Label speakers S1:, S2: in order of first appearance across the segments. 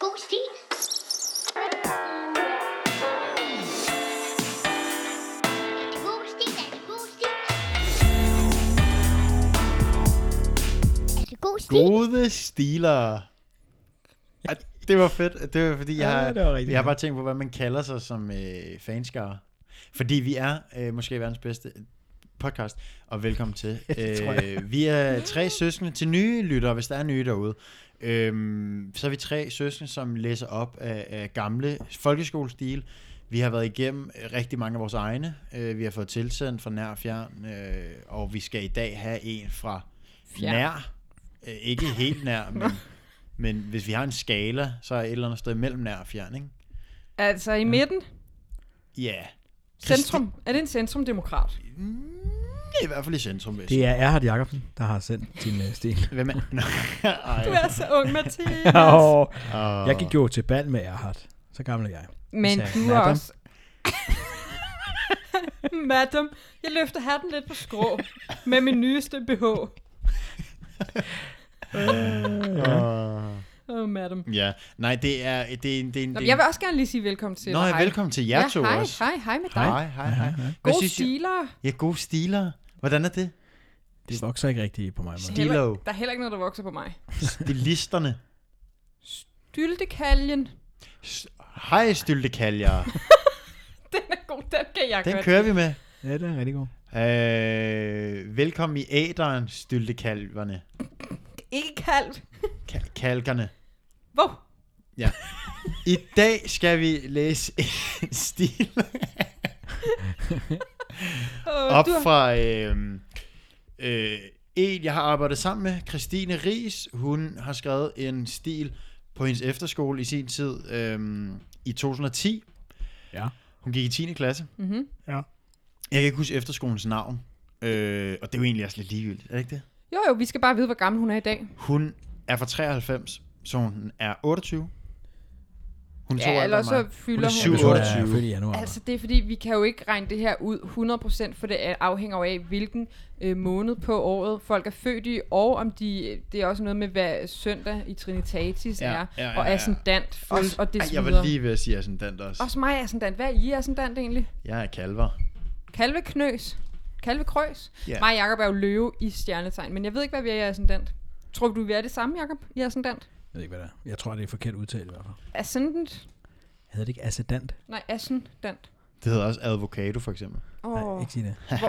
S1: Boosty. God stil.
S2: Gode stilere. Ej, Det var fedt. Det var fordi, jeg,
S3: Ja,
S2: har,
S3: det var rigtig
S2: jeg har
S3: fedt.
S2: bare tænkt på, hvad man kalder sig som øh, fanskare. Fordi vi er øh, måske verdens bedste podcast, og velkommen til. øh, vi er tre søskende til nye lyttere, hvis der er nye derude. Øhm, så er vi tre søskende, som læser op af, af gamle folkeskolestil. Vi har været igennem øh, rigtig mange af vores egne. Øh, vi har fået tilsendt fra nær og fjern, øh, og vi skal i dag have en fra
S3: Fjern.
S2: nær. Øh, ikke helt nær, men, men hvis vi har en skala, så er et eller andet sted mellem nær og fjern, ikke?
S4: Altså i midten,
S2: Ja. Yeah.
S4: centrum. Er det en centrumdemokrat?
S2: Det er i hvert fald i centrum, hvis.
S3: Det er Erhard Jacobsen, der har sendt din øh, stil.
S2: Hvem er... Nå,
S4: Du
S2: ej,
S4: er så ung, Mathias.
S3: Oh,
S2: og...
S3: jeg gik jo til bal med Erhard. Så gammel er jeg.
S4: Men
S3: Især
S4: du er
S3: madam.
S4: også... Madam, jeg løfter hatten lidt på skrå med min nyeste BH. Åh,
S2: og-
S4: oh, madam.
S2: Ja, nej, det er... Det er, en- det er, en-
S4: Nå,
S2: det er
S4: jeg vil også gerne lige sige velkommen til
S2: Nå,
S4: dig.
S2: ja, velkommen til jer
S4: ja,
S2: to
S4: hej,
S2: også.
S4: hej, hej med dig.
S2: Hej, hej, hej. Hvad
S4: Gode
S2: synes I-
S4: stilere.
S2: Ja, gode stiler. Hvordan er det?
S3: Det vokser ikke rigtigt på mig. Man.
S2: Stil- Stilo.
S4: Heller, der er heller ikke noget, der vokser på mig.
S2: Stilisterne.
S4: Dyldekaljen.
S2: S- Hej, styltekaljer.
S4: Den er god, den kan jeg
S2: Den
S4: godt.
S2: kører vi med.
S3: Ja, det er rigtig god.
S2: Øh, velkommen i æderen, styltekalverne.
S4: Ikke kalv.
S2: Ka- kalkerne.
S4: Hvor?
S2: I dag skal vi læse en stil
S4: Oh,
S2: op fra øh, øh, en, jeg har arbejdet sammen med, Christine Ries. Hun har skrevet en stil på hendes efterskole i sin tid øh, i 2010.
S3: Ja.
S2: Hun gik i 10. klasse.
S4: Mm-hmm.
S3: Ja.
S2: Jeg kan ikke huske efterskolens navn, øh, og det er jo egentlig også lidt ligegyldigt, er det ikke det?
S4: Jo, jo, vi skal bare vide, hvor gammel hun er i dag.
S2: Hun er fra 93, så hun er 28. Hun er to år
S4: Ja,
S2: ældre
S4: eller
S2: end
S4: så
S2: mig.
S4: fylder
S2: Hun er
S4: hun...
S3: Hvis du er
S2: 27.
S3: født i januar.
S4: Altså, det er fordi, vi kan jo ikke regne det her ud 100%, for det er- afhænger jo af, hvilken øh, måned på året folk er født i, og om de... Det er også noget med, hvad søndag i Trinitatis
S2: Ja,
S4: er,
S2: ja, ja, ja.
S4: og ascendant, og, og det
S2: Ej, jeg var
S4: videre.
S2: lige ved at sige ascendant også.
S4: Også mig er ascendant. Hvad er I ascendant egentlig?
S2: Jeg er kalver.
S4: Kalveknøs? Kalvekrøs?
S2: Ja.
S4: Yeah. Mig og Jacob er jo løve i stjernetegn, men jeg ved ikke, hvad vi er i ascendant. Tror du, vi er det samme, Jacob, i ascendant?
S3: Jeg ved ikke, hvad det er. Jeg tror, det er forkert udtalt i hvert fald.
S4: Ascendant?
S3: Hedder det ikke ascendant?
S4: Nej, ascendant.
S2: Det hedder også advokado, for eksempel.
S3: Nej,
S4: Åh,
S3: ikke sige det.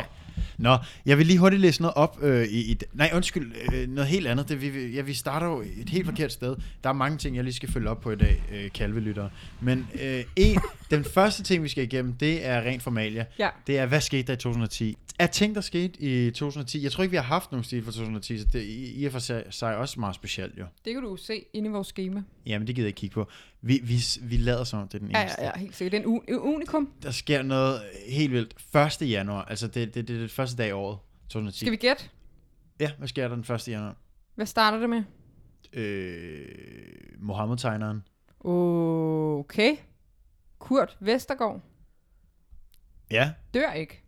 S2: Nå, jeg vil lige hurtigt læse noget op øh, i, i... Nej, undskyld, øh, noget helt andet. Det, vi- vi, ja, vi starter jo et helt forkert sted. Der er mange ting, jeg lige skal følge op på i dag, øh, kalvelyttere. Men øh, en, den første ting, vi skal igennem, det er rent formalia.
S4: Ja.
S2: Det er, hvad skete der i 2010? Er ting, der skete i 2010? Jeg tror ikke, vi har haft nogen stil fra 2010, så det er i i og for sig- sig også meget specielt, jo.
S4: det kan du jo se inde i vores schema.
S2: Jamen, det gider jeg ikke kigge på. Vi, vi, vi lader som om, det er den
S4: Ja,
S2: eneste.
S4: ja, ja, helt sikkert. Det er en u- unikum.
S2: Der sker noget helt vildt. 1. januar, altså det, det, det er det første dag i året, 2010.
S4: Skal vi gætte?
S2: Ja, hvad sker der den 1. januar?
S4: Hvad starter det med?
S2: Øh, Mohammed-tegneren.
S4: Okay. Kurt Vestergaard
S2: Ja.
S4: dør ikke.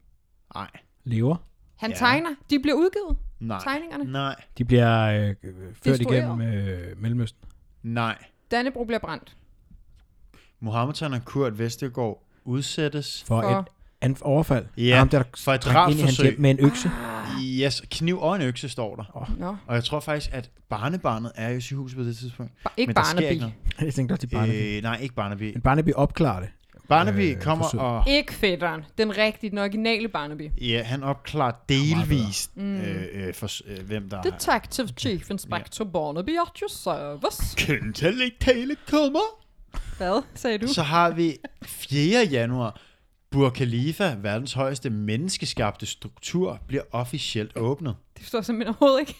S2: Nej.
S3: Lever.
S4: Han
S2: Ja.
S4: ja. tegner. De bliver udgivet,
S2: Nej.
S4: tegningerne.
S2: Nej.
S3: De bliver øh, øh, ført
S4: Destrueret.
S3: igennem øh, Mellemøsten.
S2: Nej.
S4: Dannebro bliver brændt.
S2: Mohammed-tegneren Kurt Vestergaard udsættes.
S3: For,
S4: For-
S3: et anf- overfald.
S2: Ja,
S3: Ham, der
S2: for et
S3: sprang ind i hans
S2: drabsforsøg.
S3: hjem med en økse.
S2: Yes, kniv og en økse står der.
S4: Nå,
S2: Og jeg tror faktisk, at barnebarnet er i sygehuset på det tidspunkt.
S4: ba- ikke
S2: Men der sker
S4: Barnaby.
S2: ikke noget.
S3: Jeg tænkte også, det er Barnaby.
S2: Øh, nej, ikke Barnaby.
S3: Men Barnaby opklarer det.
S2: Barnaby
S3: øh,
S2: kommer
S3: forsøg.
S2: og...
S4: Ikke fætteren. Den rigtige, den originale Barnaby.
S2: Ja, han opklarer delvist, øh, øh, for, øh, hvem der er...
S4: Detective Chief Inspector Barnaby at your service.
S2: Køntal ikke tale kommer.
S4: Hvad sagde du?
S2: Så har vi 4. januar. Burj Khalifa, verdens højeste menneskeskabte struktur, bliver officielt åbnet.
S4: Det forstår jeg simpelthen overhovedet ikke.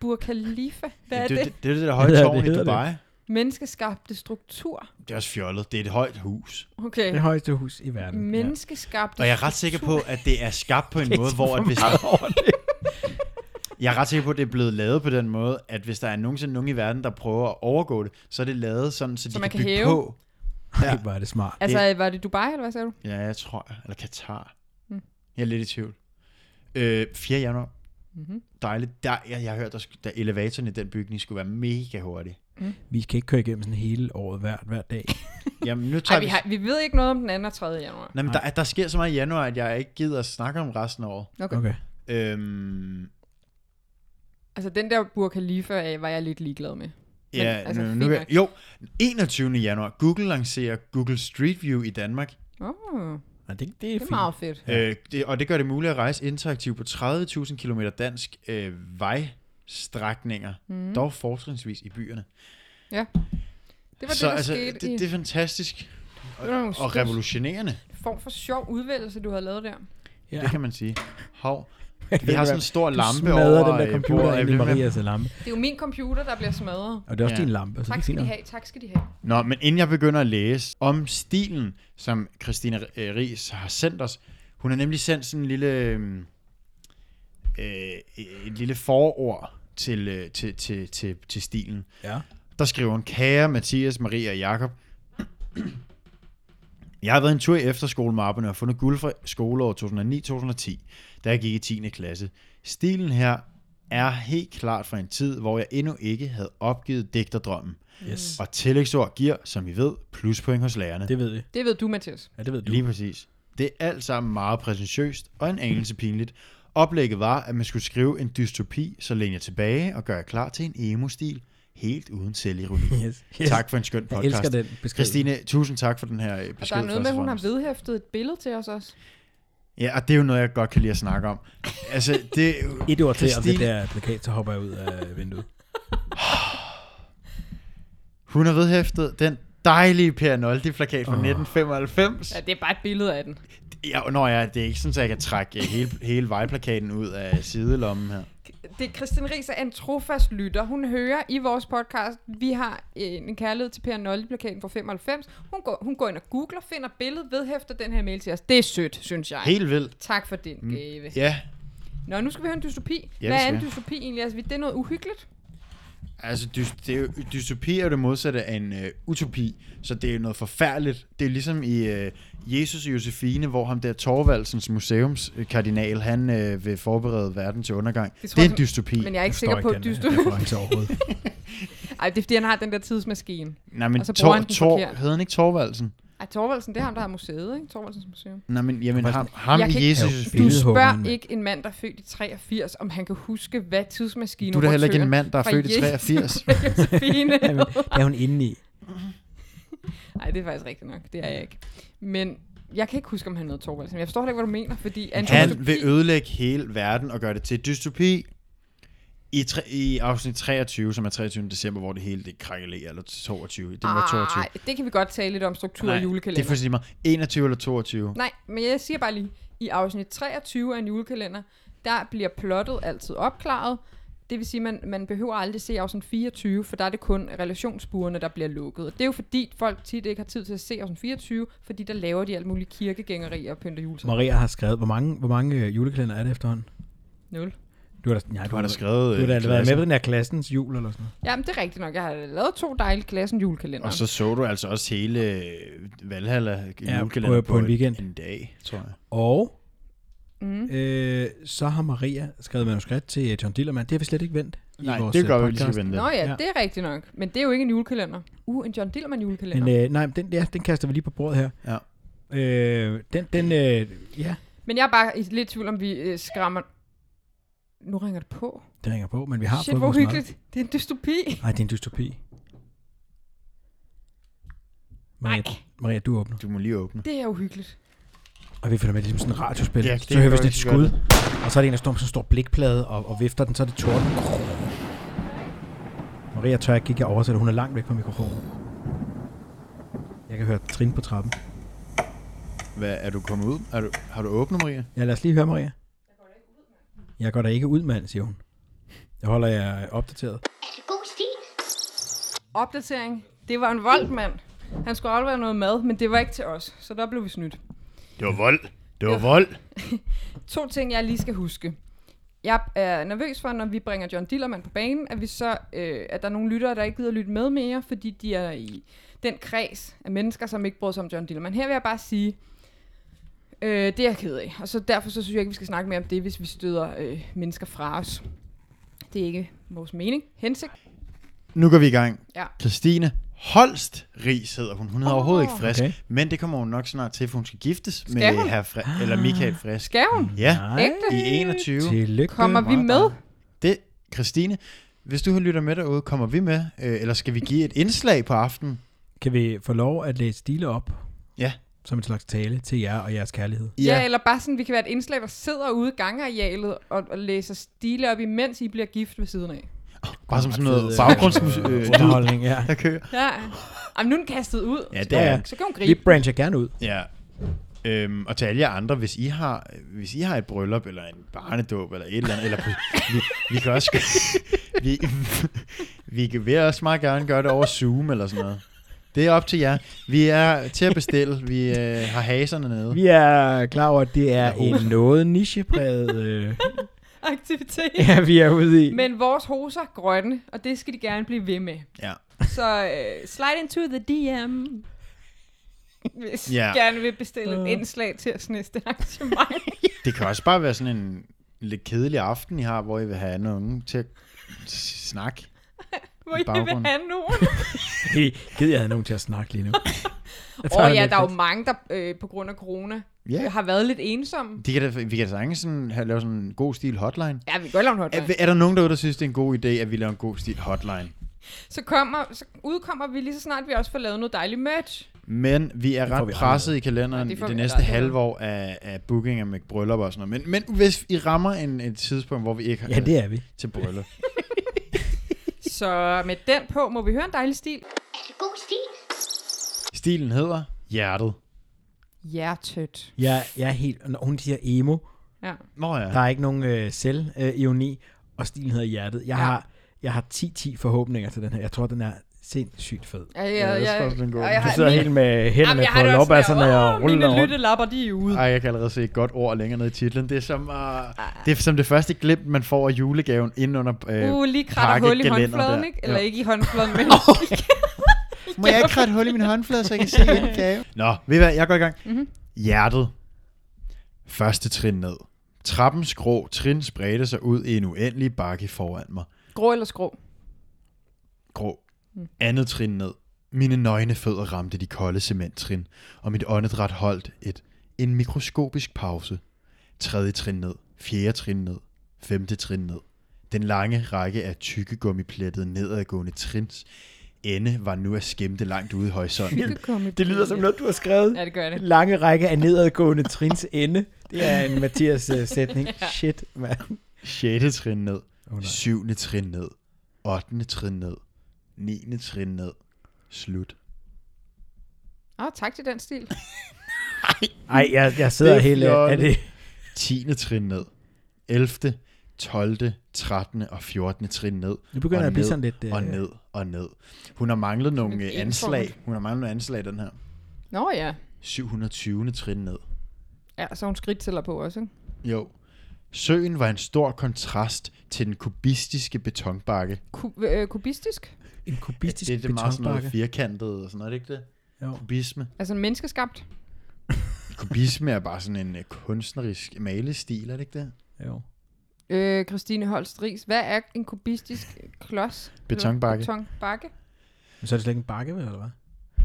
S4: Burj Khalifa. Hvad er
S2: det,
S4: det?
S2: Det, det er det der høje
S3: Ja, det
S2: tårn i
S3: hedder det.
S2: Dubai. Det.
S4: Menneskeskabte struktur.
S2: det er også fjollet. Det er et højt hus.
S4: Okay.
S3: Det højeste hus i verden.
S4: Menneskeskabte
S2: Og jeg er ret sikker på, at det er skabt på en måde, hvor at hvis jeg er ret sikker på, at det er blevet lavet på den måde, at hvis der er nogensinde nogen i verden, der prøver at overgå det, så er det lavet sådan, så, de
S4: man
S2: kan,
S4: kan
S2: bygge
S4: hæve.
S2: på.
S3: Ja. Ej, hvor er det smart.
S4: Altså, var det Dubai, eller hvad sagde du?
S2: Ja, jeg tror. Eller Katar.
S4: Mm.
S2: Jeg er lidt i tvivl. Øh, 4. januar. Mm-hmm. Dejligt. Der, jeg, jeg har hørt, at der, sk- der elevatoren i den bygning skulle være mega hurtig.
S3: Vi kan ikke køre igennem sådan hele året hver, hver dag.
S2: Jamen, nu tager
S4: Ej, vi, har, vi ved ikke noget om den 2. og 3. januar.
S2: Nej, men der, der sker så meget i januar, at jeg ikke gider at snakke om resten af året.
S4: Okay. okay.
S3: Okay.
S2: Øhm,
S4: Altså, den der Burka Khalifa øh, var jeg lidt ligeglad med.
S2: ja,
S4: altså,
S2: altså, nu,
S4: fint
S2: nu, kan-
S4: nok.
S2: jo, 21. januar. Google lancerer Google Street View i Danmark.
S4: Oh,
S3: Nej, det, det er
S4: det er meget fedt.
S2: Øh, det, og det gør det muligt at rejse interaktivt på 30.000 km dansk øh, vejstrækninger, mm. dog fortrinsvis i byerne.
S4: Det var
S2: så
S4: det, der
S2: altså,
S4: skete
S2: det,
S4: i
S2: det er fantastisk og,
S4: Det var nogle
S2: og
S4: skønt.
S2: revolutionerende,
S4: form for sjov udvælgelse, du havde lavet der.
S3: Ja.
S2: ja. det kan man sige. Hov,
S3: fedt.
S2: vi har sådan en stor
S3: Du
S2: lampe
S3: smadrer
S2: over
S3: den der
S2: øh,
S3: computer
S2: bordet, jeg
S3: ind i
S2: bliver ved med-
S3: Marias lampe.
S4: Det er jo min computer, der bliver smadret.
S3: Og det er også
S2: Ja.
S3: din lampe. Så
S4: Tak
S3: det
S4: skal de
S3: er
S4: have, tak skal de have.
S2: Nå, men inden jeg begynder at læse om stilen, som Christina øh, Ries har sendt os, hun har nemlig sendt sådan en lille, øh, øh, et lille forord til, øh, til, til, til, til stilen.
S3: Ja.
S2: Der skriver hun, kære Mathias, Maria og Jakob, jeg har været en tur i efterskolemapperne og fundet guld fra skoleåret 2009-2010, da jeg gik i 10. klasse. Stilen her er helt klart fra en tid, hvor jeg endnu ikke havde opgivet digterdrømmen.
S3: Yes.
S2: Og tillægsord giver, som I ved, pluspoint hos lærerne. Det...
S3: Det ved vi.
S4: Det ved du, Mathias.
S3: Ja, det ved du.
S2: Lige præcis. Det er alt sammen meget præsentiøst og en anelse pinligt. Oplægget var, at man skulle skrive en dystopi, så læn jer tilbage og gør jer klar til en emo-stil, helt uden selvironi.
S3: Yes. yes.
S2: Tak for en skøn
S3: Jeg
S2: podcast.
S3: elsker den beskrivelse.
S2: Christine, tusind tak for den her øh,
S4: Og
S2: besked.
S4: der er noget
S2: først
S4: med, at
S2: og
S4: hun har
S2: fremmest.
S4: vedhæftet et billede til os også.
S2: Ja, og det er jo noget, jeg godt kan lide at snakke om. Altså, det,
S3: Et ord til om det
S2: Christine-
S3: der plakat, så hopper jeg ud af vinduet.
S2: hun har vedhæftet den dejlige Per Noldi-plakat fra oh. 1995.
S4: Ja, det er bare et billede af den.
S2: Ja, når jeg, det er ikke sådan, at jeg kan trække øh, hele, hele vejplakaten ud af sidelommen her.
S4: Det, Christian Ries er en trofast lytter. Hun hører i vores podcast, vi har en kærlighed til Per Nolde-plakaten fra 95. Hun går, hun går ind og googler, finder billedet, vedhæfter den her mail til os. Det er sødt, synes jeg.
S2: Helt vildt.
S4: Tak for din gave.
S2: Mm. Ja,
S4: Nå, nu skal vi høre en dystopi.
S2: Ja,
S4: Hvad
S2: vi
S4: er en
S2: skal.
S4: dystopi egentlig? Altså, det er noget uhyggeligt.
S2: altså dy, det er jo, dystopi er jo det modsatte af en øh, utopi, så det er jo noget forfærdeligt. Det er ligesom i øh, Jesus og Josefine, hvor ham der Torvaldsens museumskardinal, han øh, vil forberede verden til undergang.
S4: Det
S2: Det,
S4: tror
S2: det er en
S4: jeg-
S2: dystopi.
S4: Men jeg er ikke
S3: Forstår
S4: sikker på, at
S3: den øh,
S4: dystopi...
S3: reference overhovedet.
S4: Ej, det er fordi, han har den der tidsmaskine.
S2: Nej, men
S4: og så
S2: Tor,
S4: bruger han den
S2: Tor,
S4: forkert.
S2: hed han ikke Torvaldsen?
S4: Ej, Thorvaldsen, det er ham, der har museet, ikke? Thorvaldsens museum.
S2: Nej, men jamen, ham, ham
S4: Jeg
S2: i
S4: kan ikke-
S2: Jesus og
S3: Jo,
S2: Josefine.
S4: Du
S3: Billedhugger,
S4: spørger
S3: mand.
S4: ikke en mand, der er født i 83, om han kan huske, hvad tidsmaskinen
S2: Du er da heller ikke en mand, der er født i 83.
S4: Josefine.
S3: Jamen, det er hun inde i.
S4: Nej, det er faktisk rigtigt nok. Det er jeg ikke. Men jeg kan ikke huske, om han hed Thorvaldsen. Jeg forstår heller ikke, hvad du mener, fordi... er en dystopi-
S2: Han vil ødelægge hele verden og gøre det til dystopi i, tre, i afsnit 23, som er 23. december, hvor det hele det krakelerer, eller 22. Det
S4: Ah,
S2: var 22.
S4: Ej, det kan vi godt tale lidt om struktur og
S2: det er
S4: julekalender.
S2: fuldstændig meget. 21 eller 22.
S4: Nej, men jeg siger bare lige, i afsnit 23 af en julekalender, der bliver plottet altid opklaret. Det vil sige, man, man behøver aldrig se afsnit 24, for der er det kun relationsburene, der bliver lukket. Og det er jo fordi, folk tit ikke har tid til at se afsnit 24, fordi der laver de alt mulige kirkegængerier og pynter juletræ.
S3: Maria har skrevet, hvor mange, hvor mange øh, julekalender er det efterhånden?
S4: Nul.
S3: Du har da, nej, du
S2: Du har da
S3: skrevet.
S2: skrevet
S3: Du har da
S2: øh,
S3: været med
S2: klassen,
S3: på den her klassens jul eller sådan noget.
S4: Jamen, det er rigtigt nok. Jeg har lavet to dejlige klassen julekalender.
S2: og så så du altså også hele øh, Valhalla
S3: Ja,
S2: julekalender
S3: på- på en
S2: et-
S3: weekend.
S2: En dag, tror jeg.
S3: Og
S4: Mm.
S3: øh, så har Maria skrevet manuskript til øh, John Dillermand. Det har vi slet ikke vendt. i
S2: Nej,
S3: vores,
S2: det
S3: øh,
S2: gør vi lige
S3: podcast.
S2: skal vente.
S4: Nå ja,
S3: Ja.
S4: ja, det er rigtigt nok. Men det er jo ikke en julekalender. Uh, en John Dillermand julekalender.
S3: Men
S4: Men, øh...
S3: øh, nej, den, ja, den kaster vi lige på bordet her.
S2: Ja.
S3: Øh, den, den, øh, ja,
S4: Men jeg er bare i lidt tvivl om, vi øh, skræmmer... Nu ringer det på.
S3: den hænger på, men vi har
S4: Shit,
S3: fået
S4: hvor
S3: vores mad.
S4: hyggeligt. Det er en dystopi.
S3: Nej, det er en dystopi. Maria,
S4: Nej.
S3: Maria, du åbner.
S2: Du må lige åbne.
S4: Det er uhyggeligt.
S3: Og vi følger med, det er ligesom sådan et radiospil.
S2: Ja,
S3: Ja,
S2: det
S3: så hører vi
S2: gør
S3: sådan et
S2: vi rigtig
S3: skud, og så er det en, der står med sådan en stor blikplade og, og vifter den, så er det torden. Maria tør ikke kigge over, så hun er langt væk fra mikrofonen. Jeg kan høre trin på trappen.
S2: Hvad, er du kommet ud? Er du, har du åbnet, Maria?
S3: Ja, lad os lige høre, Maria. Jeg går da ikke ud, mand, siger hun. Jeg holder jer opdateret.
S1: Er det god stil?
S4: Opdatering. Det var en voldmand. Han skulle aflevere noget mad, men det var ikke til os, så der blev vi snydt.
S2: Det var vold. Det var vold.
S4: To ting, jeg lige skal huske. Jeg er nervøs for, når vi bringer John Dillermand på banen, at, vi så, øh, at der er nogle lyttere, der ikke gider lytte med mere, fordi de er i den kreds af mennesker, som ikke bryder sig om John Dillermand. Her vil jeg bare sige, øh, det er jeg ked af. Og så derfor så synes jeg ikke, vi skal snakke mere om det, hvis vi støder øh, mennesker fra os. Det er ikke vores mening, hensigt.
S2: Nu går vi i gang.
S4: Ja.
S2: Christine Holst Ris hedder hun. Hun er oh, overhovedet ikke frisk,
S3: okay.
S2: okay. men det kommer hun nok snart til, for hun skal giftes skal
S4: Skal
S2: med
S4: hun? Ah.
S2: herr Fre- eller Michael Frisk.
S4: Skal hun?
S2: Ja,
S4: Ægte?
S2: i 21.
S3: Tillykke.
S4: Kommer vi
S2: Meget
S4: med?
S2: Det, Christine, hvis du lytter med derude, kommer vi med, øh, eller skal vi give et indslag på aftenen?
S3: Kan vi få lov at læse stile op?
S2: Ja.
S3: Som en slags tale til jer og jeres kærlighed.
S4: Ja. ja, eller bare sådan, vi kan være et indslag, der sidder ude i gangarealet og, og læser stile op, imens I bliver gift ved siden af.
S2: Bare som sådan
S3: Ret fed,
S2: noget
S3: øh,
S2: baggrundsmusik.
S3: øh,
S2: Øh, lyd,
S3: Underholdning, ja.
S2: der kører.
S4: Ja. Jamen, nu er den kastet ud.
S2: Ja, det er
S4: Så kan hun
S3: Vi
S4: gribe.
S3: brancher gerne ud.
S2: Ja. Øhm, og til alle jer andre, hvis I, har, hvis I har et bryllup, eller en barnedåb, eller et eller andet, eller på, vi, vi kan også... vi, vi kan vil også meget gerne gøre det over Zoom, eller sådan noget. Det er op til jer. Vi er til at bestille. Vi øh, har haserne nede.
S3: Vi er klar over, at det er
S2: Ja, uh.
S3: en noget nichepræget... Øh,
S4: Aktivitet.
S3: ja, vi er ude i.
S4: Men vores hoser er grønne, og det skal de gerne blive ved med.
S2: Ja.
S4: Så uh, slide into the DM, hvis
S2: Ja.
S4: yeah. gerne vil bestille et indslag til os næste arrangement.
S2: Det kan også bare være sådan en lidt kedelig aften, I har, hvor I vil have nogen til at s- snakke. I
S4: hvor I vil
S2: baggrunden.
S4: have nogen.
S3: Hey, gid jeg havde nogen til at snakke lige nu. Jeg
S4: Og
S3: tager
S4: ja,
S3: lidt
S4: der er jo
S3: plads.
S4: mange, der øh, på grund af corona
S2: Ja.
S4: yeah. har været lidt ensomme.
S2: De kan da, vi kan da sagtens sådan, have, lave sådan en god stil hotline.
S4: Ja, vi kan godt lave en hotline.
S2: Er, er der nogen derude, der synes, det er en god idé, at vi laver en god stil hotline?
S4: Så, kommer, så udkommer vi lige så snart, vi også får lavet noget dejligt merch.
S2: Men vi er
S3: Det får
S2: ret
S3: vi
S2: presset i kalenderen
S4: Ja,
S2: i
S4: det får
S2: det
S4: vi
S2: næste
S4: aldrig.
S2: halve år af, af bookinger med bryllup og sådan noget. Men, men hvis I rammer en, et tidspunkt, hvor vi ikke har
S3: Ja, det er vi.
S2: til bryllup.
S4: Så med den på, må vi høre en dejlig stil.
S1: Er det god stil?
S2: Stilen hedder Hjertet.
S4: Hjertet.
S3: Jeg, jeg er helt... Når hun siger emo,
S4: Ja.
S2: Nå ja.
S3: der er ikke nogen øh, selv-ioni, og stilen hedder hjertet. Jeg
S4: Ja.
S3: har, jeg har 10-10 forhåbninger til den her. Jeg tror, den er sindssygt fed.
S4: Ja, ja,
S2: jeg tror også, den er god.
S4: og
S2: Du
S4: har-
S3: Jeg sidder
S4: min-
S3: helt med hænderne
S4: Jamen, jeg
S3: på
S4: har det også sådan
S3: lopbasserne
S4: der,
S3: og
S4: "Åh,
S3: ruller
S4: Mine
S3: rundt.
S4: lyttelapper, de er ude.
S2: Ej, jeg kan allerede se et godt ord længere ned i titlen. Det er som, uh, det er som det første glimt, man får af julegaven ind under øh,
S4: Uh, lige kratter hul i
S2: pakkegelænder
S4: håndfladen,
S2: der.
S4: ikke? Eller
S2: Jo.
S4: ikke i håndfladen, men...
S2: Må jeg ikke kratte hul i min håndflade, så jeg kan se en gave? Nå, ved I hvad, jeg går i gang. Mm-hmm. Hjertet. Første trin ned. Trappens grå trin spredte sig ud i en uendelig bakke foran mig.
S4: Grå eller skrå?
S2: grå. Andet trin ned. Mine nøgne fødder ramte de kolde cementtrin, og mit åndedræt holdt et, en mikroskopisk pause. Tredje trin ned. Fjerde trin ned. Femte trin ned. Den lange række af tykkegummiplette nedadgående trins ende var nu at skimte langt ude i horisonten.
S3: Det lyder som noget, du har skrevet.
S4: Ja, det gør det.
S3: Lange række af nedadgående trins ende. Det er en Mathias øh, sætning. Shit, mand.
S2: Sjette trin ned.
S3: nej.
S2: Syvende trin ned. Ottende trin ned. Niende trin ned. Slut.
S4: Åh, oh, tak til den stil.
S3: Ej, jeg, jeg sidder
S2: Det er
S3: helt... øh, Er det,
S2: 10. trin ned. 11. 12. 13. og 14. trin ned.
S3: Nu begynder
S2: og
S3: jeg at blive
S2: ned,
S3: sådan lidt, øh,
S2: Og ned og ned. Hun har manglet nogle
S4: lidt
S2: øh, anslag. Hun har manglet nogle anslag, i den her.
S4: Nå ja.
S2: 720. trin ned.
S4: Ja, så hun skridt tæller på også, ikke?
S2: Jo. Søen var en stor kontrast til den kubistiske betonbakke.
S4: Ku- øh, kubistisk?
S3: en kubistisk
S2: det er det meget sådan noget
S3: betonbakke?
S2: firkantet og sådan noget, er det ikke det?
S3: Jo.
S2: Kubisme.
S4: Altså menneskeskabt?
S2: Kubisme er bare sådan en øh, kunstnerisk malestil, er det ikke det?
S3: Jo.
S4: Øh, Christine Holst Ries. Hvad er en kubistisk klods?
S2: Betonbakke.
S4: Eller Betonbakke?
S3: Men så er det slet ikke en bakke, vel, eller hvad?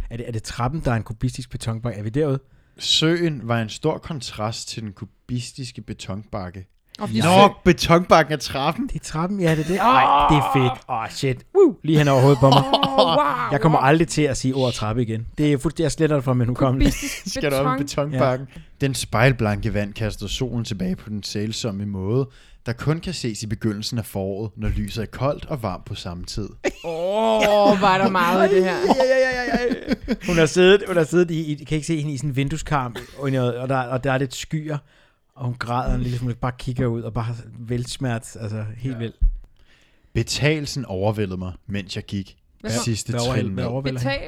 S3: Er det, er det trappen, der er en kubistisk betonbakke? Er vi derude?
S2: Søen var en stor kontrast til den kubistiske betonbakke.
S4: Og fordi sø-
S2: Nå, betonbakken er trappen.
S3: Det er trappen, ja, det er det. Nej, det er fedt. Åh, oh, shit. Woo, lige hen over hovedet på mig.
S4: wow,
S3: Jeg kommer aldrig til at sige ordet trappe igen. Det er fuldstændig, jeg sletter det fra min hukommelse.
S4: Kubistisk
S2: skal der op i
S4: beton.
S2: betonbakken. Ja. Den spejlblanke vand kaster solen tilbage på den sælsomme måde, der kun kan ses i begyndelsen af foråret, når lyset er koldt og varmt på samme tid.
S4: Åh, oh, var der meget i det her.
S3: Ja, ja, ja, ja, ja. Hun har siddet, hun har siddet i, i, kan ikke se hende i sådan en vindueskarm, og, og, der, og der er lidt skyer, og hun græder en lille smule, bare kigger ud og bare velsmert, altså helt ja. vel.
S2: Betalelsen overvældede mig, mens jeg gik. Hvad? Sidste
S3: Hvad
S2: trin
S3: over,
S2: med.
S3: hvad overvælder hende?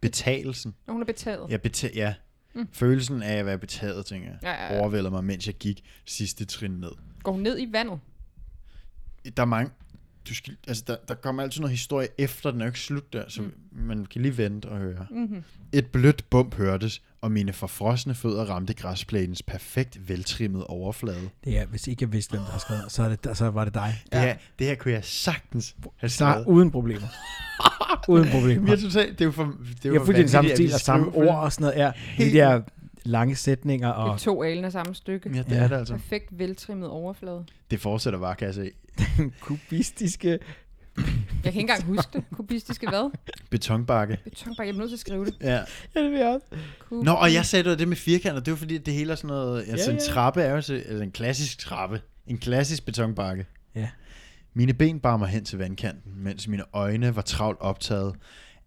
S4: Betal,
S2: Betalelsen.
S4: når hun er betaget.
S2: Ja, beta- ja. Mm. Følelsen af at være betaget, tænker jeg,
S4: Ja, ja, ja.
S2: overvældede mig, mens jeg gik sidste trin ned.
S4: Går hun ned i vandet?
S2: Der er mange... Du skal, altså, der, der kommer altid noget historie efter, den er jo ikke slut der, så mm. man kan lige vente og høre. Mm-hmm. Et blødt bump hørtes, og mine forfrosne fødder ramte græsplænens perfekt veltrimmede overflade.
S3: Det er, hvis ikke jeg vidste, hvem der har skrevet, så, er det, så var det dig.
S2: Ja. Det, her, det her kunne jeg sagtens have
S3: Så
S2: skrevet.
S3: uden problemer. uden problemer.
S2: Vi er totalt, det er jo for, det er jo
S3: Jeg har fuldstændig den samme
S2: vanvittigt, at
S3: stil
S2: vi
S3: og samme
S2: skriver-
S3: ord og sådan noget. Ja, de der lange sætninger
S4: Det er
S3: og...
S4: to alen af samme stykke.
S2: Ja, det er det altså.
S4: Perfekt veltrimmet overflade.
S2: Det fortsætter bare, kan jeg se.
S3: kubistiske...
S4: Jeg kan ikke engang huske det. Kubistiske hvad?
S2: Betonbakke.
S4: Betonbakke. Jeg er nødt til at skrive det.
S2: Ja.
S3: Ja, det vil jeg også.
S4: Kub-
S2: Nå, og jeg sagde det var det med firkanter. Det var fordi, det hele er sådan noget... Altså,
S3: Ja,
S2: ja, ja.
S3: ja.
S2: en trappe er jo så- altså, en klassisk trappe. En klassisk betonbakke.
S3: Ja.
S2: Mine ben bar mig hen til vandkanten, mens mine øjne var travlt optaget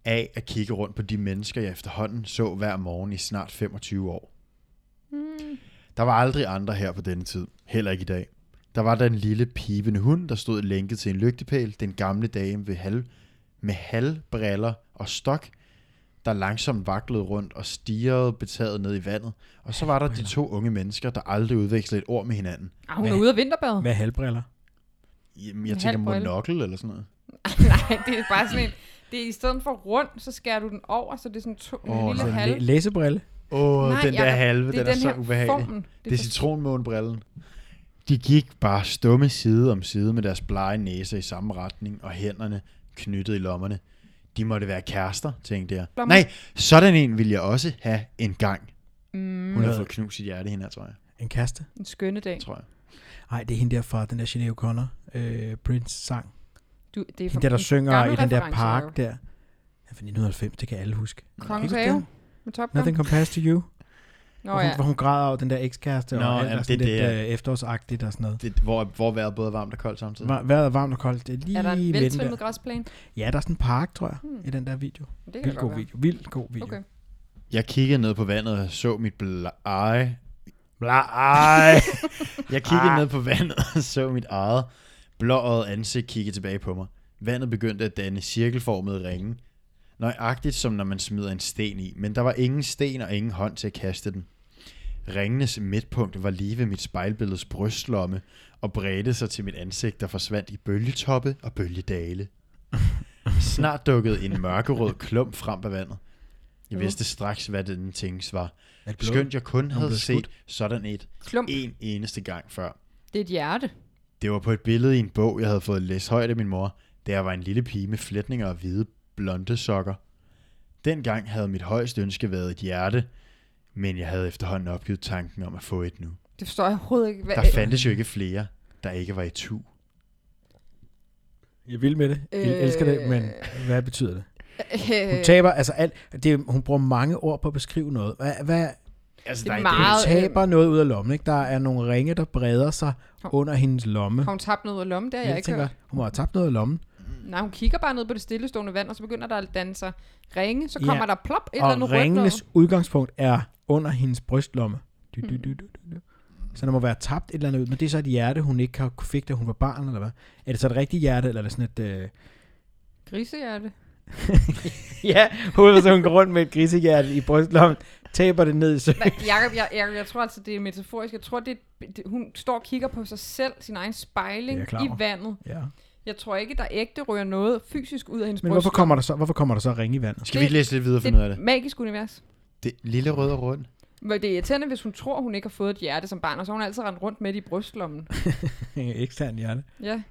S2: af at kigge rundt på de mennesker, jeg efterhånden så hver morgen i snart 25 år.
S3: Hmm.
S2: Der var aldrig andre her på denne tid, heller ikke i dag. Der var der en lille pibende hund, der stod lænket til en lygtepæl den gamle dame ved halv, med halvbriller og stok, der langsomt vaklede rundt og stirrede betaget ned i vandet. Og så var der de to unge mennesker, der aldrig udvekslede et ord med hinanden.
S4: Ah, hun er
S3: Hvad?
S4: ude af vinterbad.
S3: Med halvbriller.
S2: Jamen, jeg
S4: En
S2: tænker
S4: halv brille.
S2: monokkel eller sådan noget.
S4: Nej, det er bare sådan en... Det er i stedet for rund, så skærer du den over, så det er sådan to, en
S2: Åh,
S4: lille
S2: nej.
S4: halv.
S3: Læ- læsebrille.
S2: Åh,
S4: Nej,
S2: den der
S4: Jacob,
S2: halve,
S4: det er
S2: den,
S4: den
S2: er så
S4: her
S2: ubehagelig.
S4: formen. Det er
S2: Det er
S4: for-
S2: citronmånebrillen. De gik bare stumme side om side med deres blege næser i samme retning og hænderne knyttet i lommerne. De måtte være kærester, tænkte jeg.
S4: Lommer.
S2: Nej, sådan en ville jeg også have en gang.
S4: Mm,
S2: Hun har
S3: Hvad?
S2: fået knust sit hjerte i hende, her, tror jeg.
S3: En kaste.
S4: en skønne dag.
S2: Tror jeg.
S3: Nej, det er hende der fra den der Sinead O'Connor, øh, Prince sang.
S4: Du, det er
S3: Hende der, der
S4: en
S3: synger
S4: gammel
S3: i den der
S4: reference,
S3: park
S4: jo.
S3: der. Ja, fra 1990, det kan alle huske.
S4: Kongens
S3: Kan I huske
S4: Have
S3: den?
S4: med Top Gun.
S3: Nothing compares to you.
S4: Nå
S3: hvor, hun,
S4: ja,
S3: hvor hun græder over den der ekskæreste,
S2: Nå,
S3: og alt
S2: jamen,
S3: er sådan
S2: det er
S3: lidt
S2: det,
S3: øh, efterårsagtigt og sådan noget.
S2: Det, hvor, hvor vejret både er varmt og koldt samtidig.
S3: Var- Vejret er varmt og koldt. Det er lige
S4: er der en
S3: midten
S4: veltrimmet
S3: der.
S4: græsplæne?
S3: Ja, der er sådan en park, tror jeg, i den der video.
S4: Det kan
S3: Vildt
S4: godt
S3: god
S4: være.
S3: video. Vildt god video.
S4: Okay.
S2: Jeg kiggede ned på vandet og så mit blege...
S3: Bla,
S2: Jeg kiggede ned på vandet og så mit eget blåøjet ansigt kigge tilbage på mig. Vandet begyndte at danne cirkelformede ringe. Nøjagtigt som når man smider en sten i, men der var ingen sten og ingen hånd til at kaste den. Ringenes midtpunkt var lige ved mit spejlbilledes brystlomme og bredte sig til mit ansigt, der forsvandt i bølgetoppe og bølgedale. Snart dukkede en mørkerød klump frem af vandet. Jeg vidste straks, hvad den ting var.
S3: Et blå-
S2: Skønt jeg kun havde
S3: blev
S2: set sådan et
S4: Klump,
S2: en eneste gang før.
S4: det er et hjerte.
S2: Det var på et billede i en bog, jeg havde fået læst højt af min mor, da jeg var en lille pige med flætninger og hvide blonde sokker. Dengang havde mit højeste ønske været et hjerte, men jeg havde efterhånden opgivet tanken om at få et nu.
S4: Det forstår jeg overhovedet ikke. Hvad,
S2: Der fandtes jo ikke flere, der ikke var i tu.
S3: Jeg vil med det. Jeg
S4: Øh.
S3: elsker det, men hvad betyder det? Hun
S4: øh,
S3: taber, altså alt, det, er- hun bruger mange ord på at beskrive noget. Hvad, hvad
S2: Altså,
S4: Det er
S2: der
S4: meget-
S3: hun
S4: øh,
S3: taber noget ud af lommen, ikke? Der er nogle ringe, der breder sig
S4: Hov.
S3: under hendes lomme.
S4: har hun tabt noget ud af lommen? Det har jeg
S3: Jeg
S4: ikke
S3: tænker,
S4: hørt.
S3: hun må have tabt noget af lommen.
S4: Nej, hun kigger bare ned på det stillestående vand, og så begynder der at danse ringe. Så
S3: Ja.
S4: kommer der plop et eller
S3: Og
S4: andet rødt noget.
S3: ringenes udgangspunkt er under hendes brystlomme. Du, du, du, du, du, du. Så der må være tabt et eller andet ud, men det er så et hjerte, hun ikke har- kunne fik, da hun var barn, eller hvad? Er det så et rigtigt hjerte, eller er det sådan et... Øh...
S4: Grisehjerte.
S3: ja, hun, så hun går rundt med et grisehjerte i brystlommen, taber det ned i søen.
S4: Hva, Jacob, jeg, jeg, jeg tror altså, det er metaforisk. Jeg tror, det, er- det hun står og kigger på sig selv, sin egen spejling
S3: Det er jeg klar
S4: i
S3: over.
S4: vandet.
S3: Ja.
S4: Jeg tror ikke, der ægte rører noget fysisk ud af hendes
S3: Men
S4: bryst.
S3: hvorfor kommer, der så, hvorfor kommer der så ringe i vandet?
S2: Skal vi ikke læse lidt videre og finde ud
S4: det er
S2: af
S4: et
S2: det?
S4: magisk univers.
S2: det? Lille rød og rund.
S4: Men det er irriterende, hvis hun tror, hun ikke har fået et hjerte som barn, og så har hun altid rendt rundt med det i brystlommen.
S3: Ekstern hjerte.
S4: Ja,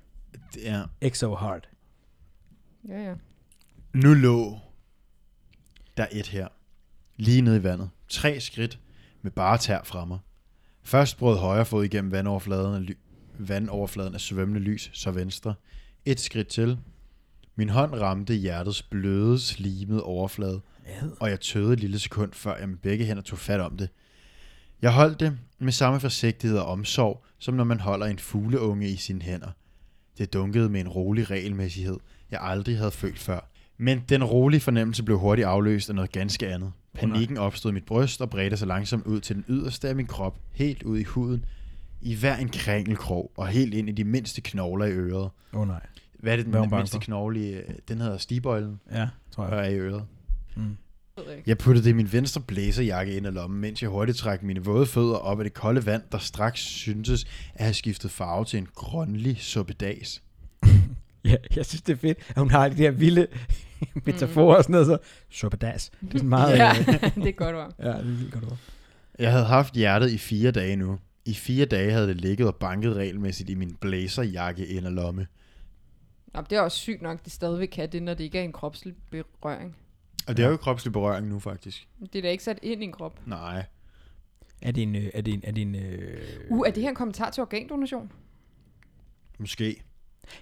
S2: Det er...
S3: Ikke so hard.
S4: ja, ja.
S2: Nu lå der et her, lige nede i vandet. Tre skridt med bare tær fra mig. Først brød højre fod igennem vandoverfladen af, ly- vandoverfladen af svømmende lys, så venstre. Et skridt til. Min hånd ramte hjertets bløde, slimede overflade, og jeg tøvede et lille sekund, før jeg med begge hænder tog fat om det. Jeg holdt det med samme forsigtighed og omsorg, som når man holder en fugleunge i sine hænder. Det dunkede med en rolig regelmæssighed, jeg aldrig havde følt før. Men den rolige fornemmelse blev hurtigt afløst af noget ganske andet. Panikken opstod i mit bryst og bredte sig langsomt ud til den yderste af min krop, helt ud i huden, i hver en kringelkrog og helt ind i de mindste knogler i øret.
S3: Åh oh, nej.
S2: Hvad er det, den
S3: Hvad er hun bange
S2: mindste
S3: for?
S2: knogle i? øh, Den hedder stigbøjlen
S3: Ja, tror
S2: og
S3: jeg.
S2: er i øret.
S4: Jeg ved ikke.
S2: Jeg puttede det i min venstre blæserjakke ind i lommen, mens jeg hurtigt trak mine våde fødder op af det kolde vand, der straks syntes at have skiftet farve til en grønlig suppedas.
S3: Ja, jeg synes, det er fedt, at hun har alle de der vilde metaforer og sådan noget. Så, Sobadas. Det er sådan meget...
S4: Mm. Ja,
S3: ja.
S4: det er godt, var.
S3: ja, det er vildt godt ord.
S2: Jeg havde haft hjertet i fire dage nu. I fire dage havde det ligget og banket regelmæssigt i min blazerjakke ind og lomme.
S4: Nå, men det er også sygt nok, det stadigvæk kan det, når det ikke er en kropslig berøring.
S2: Og det er jo kropslig berøring nu, faktisk.
S4: Det er da ikke sat ind i en krop.
S2: Nej.
S3: Er det en... øh, Er det en, er det en øh...
S4: Uh, er det her en kommentar til organdonation?
S2: Måske.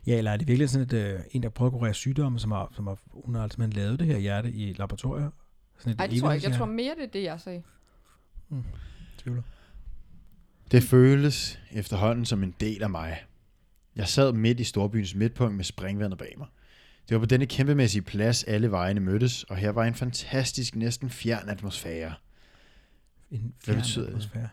S3: Ja, eller er det virkelig sådan, at øh, en, der prøver at kurere sygdomme, som har, som har, hun har simpelthen lavet det her hjerte i laboratorier? Sådan et
S4: Nej, det tror jeg ikke. Jeg tror
S3: evighedshjerte?
S4: mere, det er det, jeg sagde.
S3: Tvivler.
S2: Det føles efterhånden som en del af mig. Jeg sad midt i storbyens midtpunkt med springvandet bag mig. Det var på denne kæmpemæssige plads, alle vejene mødtes, og her var en fantastisk, næsten fjern atmosfære.
S3: En fjern
S2: betyder det?
S3: atmosfære.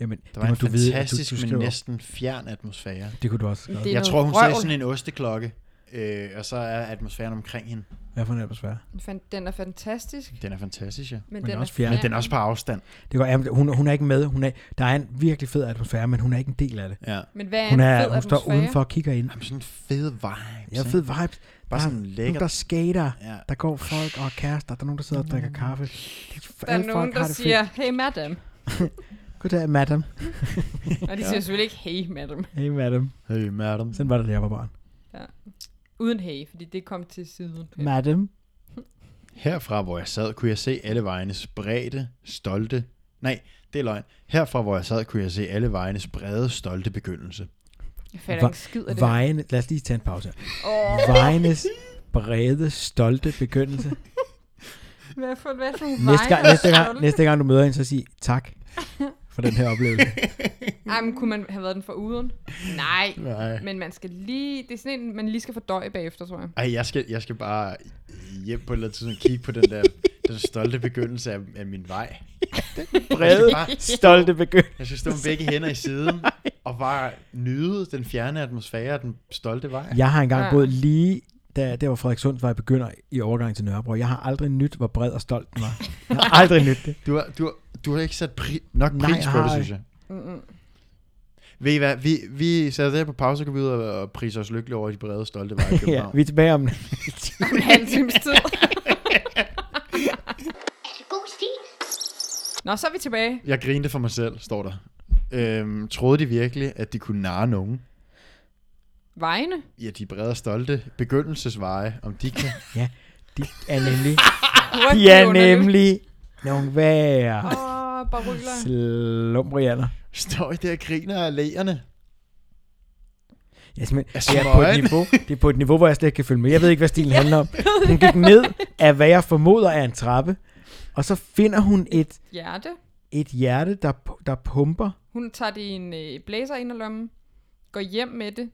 S3: Jamen,
S2: Der
S3: det
S2: var
S3: må
S2: en
S3: du vide, at
S2: fantastisk,
S3: du, du
S2: men
S3: skriver.
S2: næsten fjern atmosfære.
S3: Det kunne du også skrive.
S4: Det er
S2: Jeg
S4: noget
S2: tror, hun
S4: vrøvl.
S2: sagde sådan en osteklokke, øh, og så er atmosfæren omkring hende.
S3: Hvad for en atmosfære?
S4: Den fan- Den er fantastisk, men,
S2: Den er fantastisk, ja.
S4: men
S3: den
S4: den
S3: er
S4: er
S3: også fjern.
S2: Men den er også på afstand.
S3: Det går, ja, hun, hun er ikke med. Hun er, der er en virkelig fed atmosfære, men hun er ikke en del af det.
S2: Ja.
S4: Men hvad er
S3: Hun,
S4: en
S3: er,
S4: fed
S3: hun står
S4: atmosfære?
S3: udenfor og kigger ind.
S2: Jamen, sådan fed vibes.
S3: Ja,
S2: ikke?
S3: fed vibes.
S2: Bare
S3: Der er
S2: sådan
S3: Nogen,
S2: lækker.
S3: der skater.
S2: Ja.
S3: Der går folk og er kærester. Der er nogen, der sidder og drikker kaffe. Det er, for
S4: Der er
S3: alle
S4: nogen,
S3: folk har
S4: der
S3: det
S4: siger, hey madam.
S3: fedt. Goddag, madam.
S4: Og de siger selvfølgelig ikke, hey madam.
S3: Hey, madam.
S2: Hey, madam.
S3: Sådan var det, da jeg var barn.
S4: Uden hey, fordi det kom til siden.
S3: Madam.
S2: Herfra, hvor jeg sad, kunne jeg se alle vejenes brede, stolte... Nej, det er løgn. Herfra, hvor jeg sad, kunne jeg se alle vejenes brede, stolte begyndelse.
S4: Jeg fatter
S3: Va-
S4: ikke en skid af det. her.
S3: Vejene. Lad os lige tage en pause. her.
S4: Åh,
S3: Vejenes brede, stolte begyndelse.
S4: hvad for, hvad for en
S3: Næste gang,
S4: vej?
S3: næste, gang, næste gang du møder hende, så sig tak for den her oplevelse.
S4: Ej, men kunne man have været den for uden? Nej.
S2: Nej.
S4: Men man skal lige, det er sådan en, man lige skal fordøje bagefter, tror jeg.
S2: Ej, jeg skal, jeg skal bare hjem på et eller andet tidspunkt og kigge på den der den stolte begyndelse af, af min vej.
S3: Brede, stolte begyndelse.
S2: Jeg skal stå med begge hænder i siden og bare nyde den fjerne atmosfære af den stolte vej.
S3: Jeg har engang
S4: Ja.
S3: boet lige da der hvor Frederikssundsvej begynder i overgangen til Nørrebro. Jeg har aldrig nyt, hvor bred og stolt den var. Jeg har aldrig nyt det.
S2: Du har, du har, du har ikke sat pri- nok
S3: Nej,
S2: pris
S3: jeg
S2: på
S3: har
S2: det,
S3: ikke.
S2: synes jeg. Ved I hvad, vi, vi sætter det her på pause og går videre og priser os lykkelige over de brede, stolte veje i
S3: Ja,
S2: København.
S3: vi er tilbage om
S4: En halv times tid.
S1: Er det god stil?
S4: Nå, så er vi tilbage.
S2: Jeg grinte for mig selv, står der. Øhm, troede de virkelig, at de kunne narre nogen?
S4: Vejene.
S2: Ja, de brede og stolte begyndelsesveje, om de kan...
S3: Ja, de er nemlig,
S4: Hurtigt
S3: de er
S4: underligt.
S3: nemlig nogle værre
S4: Åh, bare ryller.
S3: slumbrianer.
S2: Står I der og griner af lægerne?
S3: Ja, simpelthen,
S2: Jeg
S3: det, Altså, er
S2: slår
S3: på et
S2: øjnene.
S3: niveau, det er på et niveau, hvor jeg slet ikke kan følge med. Jeg ved ikke, hvad stilen handler om. Hun gik ned af, hvad jeg formoder er en trappe, og så finder hun et,
S4: Hjerte.
S3: et hjerte, der, pu- der pumper.
S4: Hun tager det i en øh, blæser ind og lommen, går hjem med det,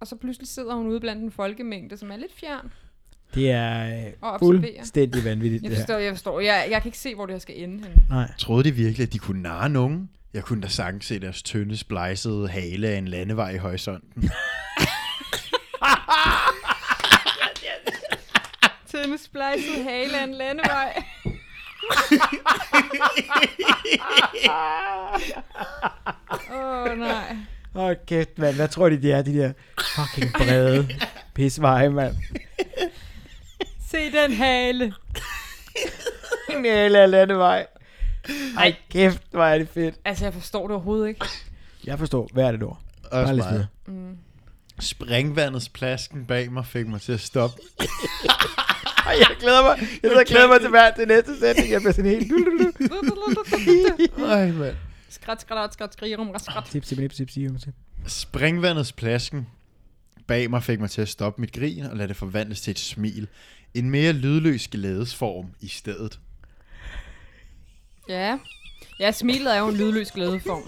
S4: og så pludselig sidder hun ude blandt en folkemængde, som er lidt fjern.
S3: Det er øh,
S4: Og observerer.
S3: fuldstændig vanvittigt,
S4: Jeg
S3: det her.
S4: forstår, jeg forstår. Jeg, jeg kan ikke se, hvor det her skal ende henne.
S3: Nej.
S2: Troede de virkelig, at de kunne narre nogen? Jeg kunne da sagtens se deres tynde, splejsede hale af en landevej i horisonten.
S4: Tønde splejset hale af en landevej. Åh, oh, nej.
S3: Åh, oh, kæft, mand. Hvad tror de, de er, de der fucking brede pisveje, mand?
S4: Se den hale.
S3: En hel af landevej. Ej, kæft, hvor er det fedt.
S4: Altså, jeg forstår det overhovedet ikke.
S3: Jeg forstår, hvad er det ord?
S2: Også
S3: lidt
S2: mig.
S3: videre.
S2: Springvandets plasken bag mig fik mig til at stoppe.
S3: Ej, jeg glæder mig. Jeg sidder og glæder mig til hver til næste sætning. Jeg bliver sådan helt...
S2: Ej, mand.
S4: Skrat, skrat, skrat, skrigerum, skrat.
S3: Tip, tip, tip, tip, tip, tip.
S2: Springvandets plasken bag mig fik mig til at stoppe mit grin og lade det forvandles til et smil. En mere lydløs glædesform i stedet.
S4: Ja. Ja, smilet er jo en lydløs glædeform.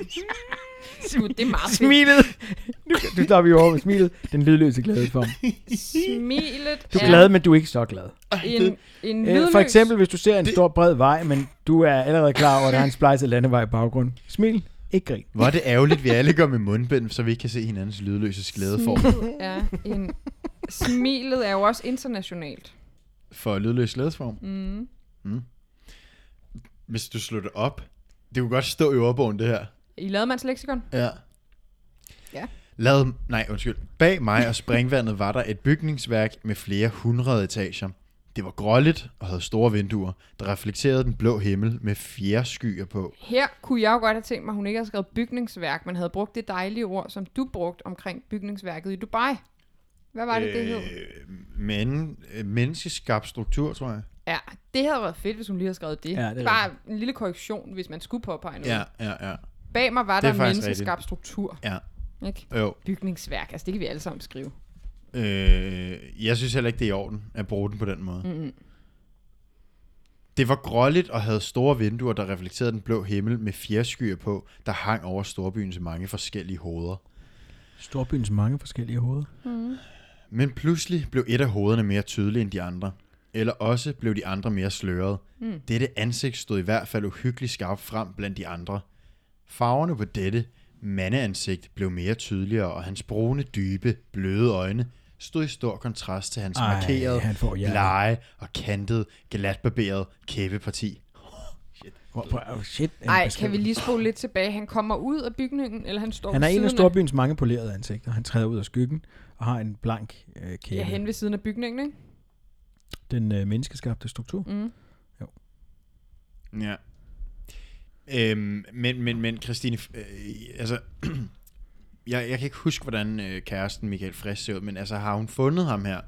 S4: Gud, det er meget fedt.
S3: Smilet. Nu, nu tager vi over med smilet. Den lydløse glæde for mig.
S4: Smilet
S3: Du er
S4: er
S3: glad, men du er ikke så glad.
S4: en, en
S3: Øh,
S4: lydløs...
S3: for eksempel, hvis du ser en stor bred vej, men du er allerede klar over, at der er en splejset landevej i baggrunden. Smil. Ikke grin.
S2: Hvor er det ærgerligt, vi alle går med mundbind, så vi ikke kan se hinandens lydløse glædeform.
S4: Smilet er en... Smilet er jo også internationalt.
S2: For lydløs glædesform. Mm. Mm. Hvis du slår det op, det kunne godt stå i ordbogen, det her.
S4: I Lademands leksikon?
S2: Ja.
S4: Ja.
S2: Lad, nej, undskyld. Bag mig og springvandet var der et bygningsværk med flere hundrede etager. Det var gråligt og havde store vinduer, der reflekterede den blå himmel med fjerskyer på.
S4: Her kunne jeg jo godt have tænkt mig, at hun ikke havde skrevet bygningsværk, men havde brugt det dejlige ord, som du brugte omkring bygningsværket i Dubai. Hvad var det, øh... det hed?
S2: men øh, menneskeskabt struktur, tror jeg.
S4: Ja, det havde været fedt, hvis hun lige havde skrevet det.
S3: det er
S4: det var en lille korrektion, hvis man skulle påpege noget.
S2: Ja, ja, ja.
S4: Bag mig var
S2: Det er
S4: der en
S2: faktisk
S4: menneskeskabt struktur.
S2: ja.
S4: Ikke?
S2: Jo,
S4: Bygningsværk, altså det kan vi alle sammen skrive.
S2: øh, jeg synes heller ikke, det er i orden at bruge den på den måde. Mm-hmm. Det var gråligt og havde store vinduer, der reflekterede den blå himmel med fjerskyer på, der hang over storbyens mange forskellige hoveder.
S3: Storbyens mange forskellige hoveder.
S2: Men pludselig blev et af hovederne mere tydeligt end de andre. Eller også blev de andre mere sløret.
S3: Hmm.
S2: Mm. Dette ansigt stod i hvert fald uhyggeligt skarpt frem blandt de andre. Farverne på dette mandeansigt blev mere tydeligere, og hans brune, dybe, bløde øjne stod i stor kontrast til hans
S3: Ej,
S2: markerede,
S3: han får hjertet.
S2: blege og kantede, glatbarberede kæbeparti.
S3: Hvor, hvor, oh shit. en
S4: Nej,
S3: besked.
S4: kan vi lige spole lidt tilbage? Han kommer ud af bygningen, eller han står
S3: Han er
S4: ved
S3: en
S4: siden
S3: af storbyens mange polerede ansigter. Han træder ud af skyggen og har en blank øh, kæde.
S4: Ja, hen ved siden af bygningen, ikke?
S3: Den øh, menneskeskabte struktur.
S4: Mm.
S2: Ja. Øhm, men, men, men Christine, øh, altså, jeg, jeg kan ikke huske, hvordan øh, kæresten Michael Frisk ser ud, men altså, har hun fundet ham her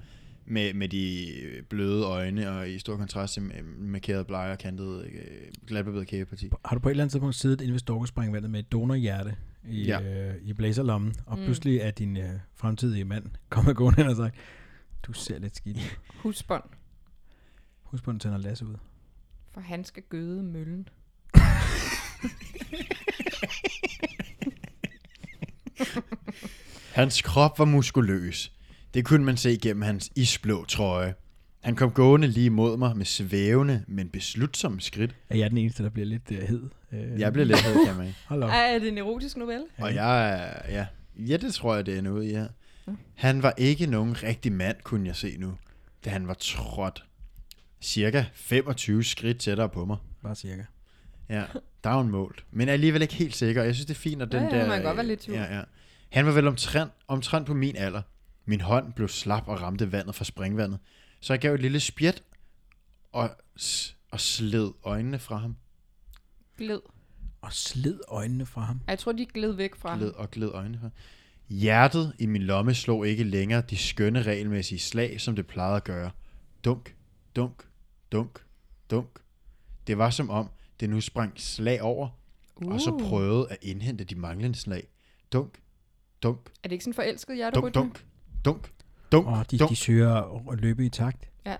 S2: med, med de øh, bløde øjne og i stor kontrast til øh, markerede blege og kantede øh, glatbarberet kæbeparti?
S3: Har du på et eller andet tidspunkt siddet inde ved Storkespringvandet med et donorhjerte i,
S2: Ja.
S3: ja. øh, i blazerlommen, og mm. pludselig er din øh, fremtidige mand kommet gående hen og sagt, du ser lidt skidt. ud."
S4: Husbånd,
S3: Husk på, at den tænder Lasse ud.
S4: for han skal gøde møllen.
S2: Hans krop var muskuløs. Det kunne man se gennem hans isblå trøje. Han kom gående lige mod mig med svævende, men beslutsomme skridt.
S3: Er jeg den eneste, der bliver lidt øh, hed? Øh,
S2: Jeg blev lidt hed, kan man ikke.
S3: Hold op.
S4: Er det en erotisk novelle?
S2: Og jeg er, ja, ja, det tror jeg, det er ud i her. Han var ikke nogen rigtig mand, kunne jeg se nu, da han var trådt. Cirka 25 skridt tættere på mig.
S3: Bare cirka.
S2: Ja, der er jo en målt. Men alligevel ikke helt sikker. Jeg synes, det er fint, at den
S4: Ja, ja,
S2: der... øh,
S4: man kan godt være lidt i tvivl.
S2: ja, ja. Han var vel omtrent, omtrent på min alder. Min hånd blev slap og ramte vandet fra springvandet. Så jeg gav et lille spjæt og, s- og sled øjnene fra ham.
S4: Gled.
S3: Og slid øjnene fra ham.
S4: Ej, Jeg tror, de gled væk fra
S2: gled
S4: ham.
S2: og gled øjnene fra. Hjertet i min lomme slog ikke længere de skønne regelmæssige slag, som det plejede at gøre. Dunk, dunk, dunk, dunk. Det var som om, det nu sprang slag over, uh. og så prøvede at indhente de manglende slag. Dunk, dunk,
S4: Er det ikke sådan forelsket jer,
S2: dunk, dunk, dunk, dunk,
S3: Og de,
S2: dunk.
S3: de søger at- at løbe i takt.
S4: Ja.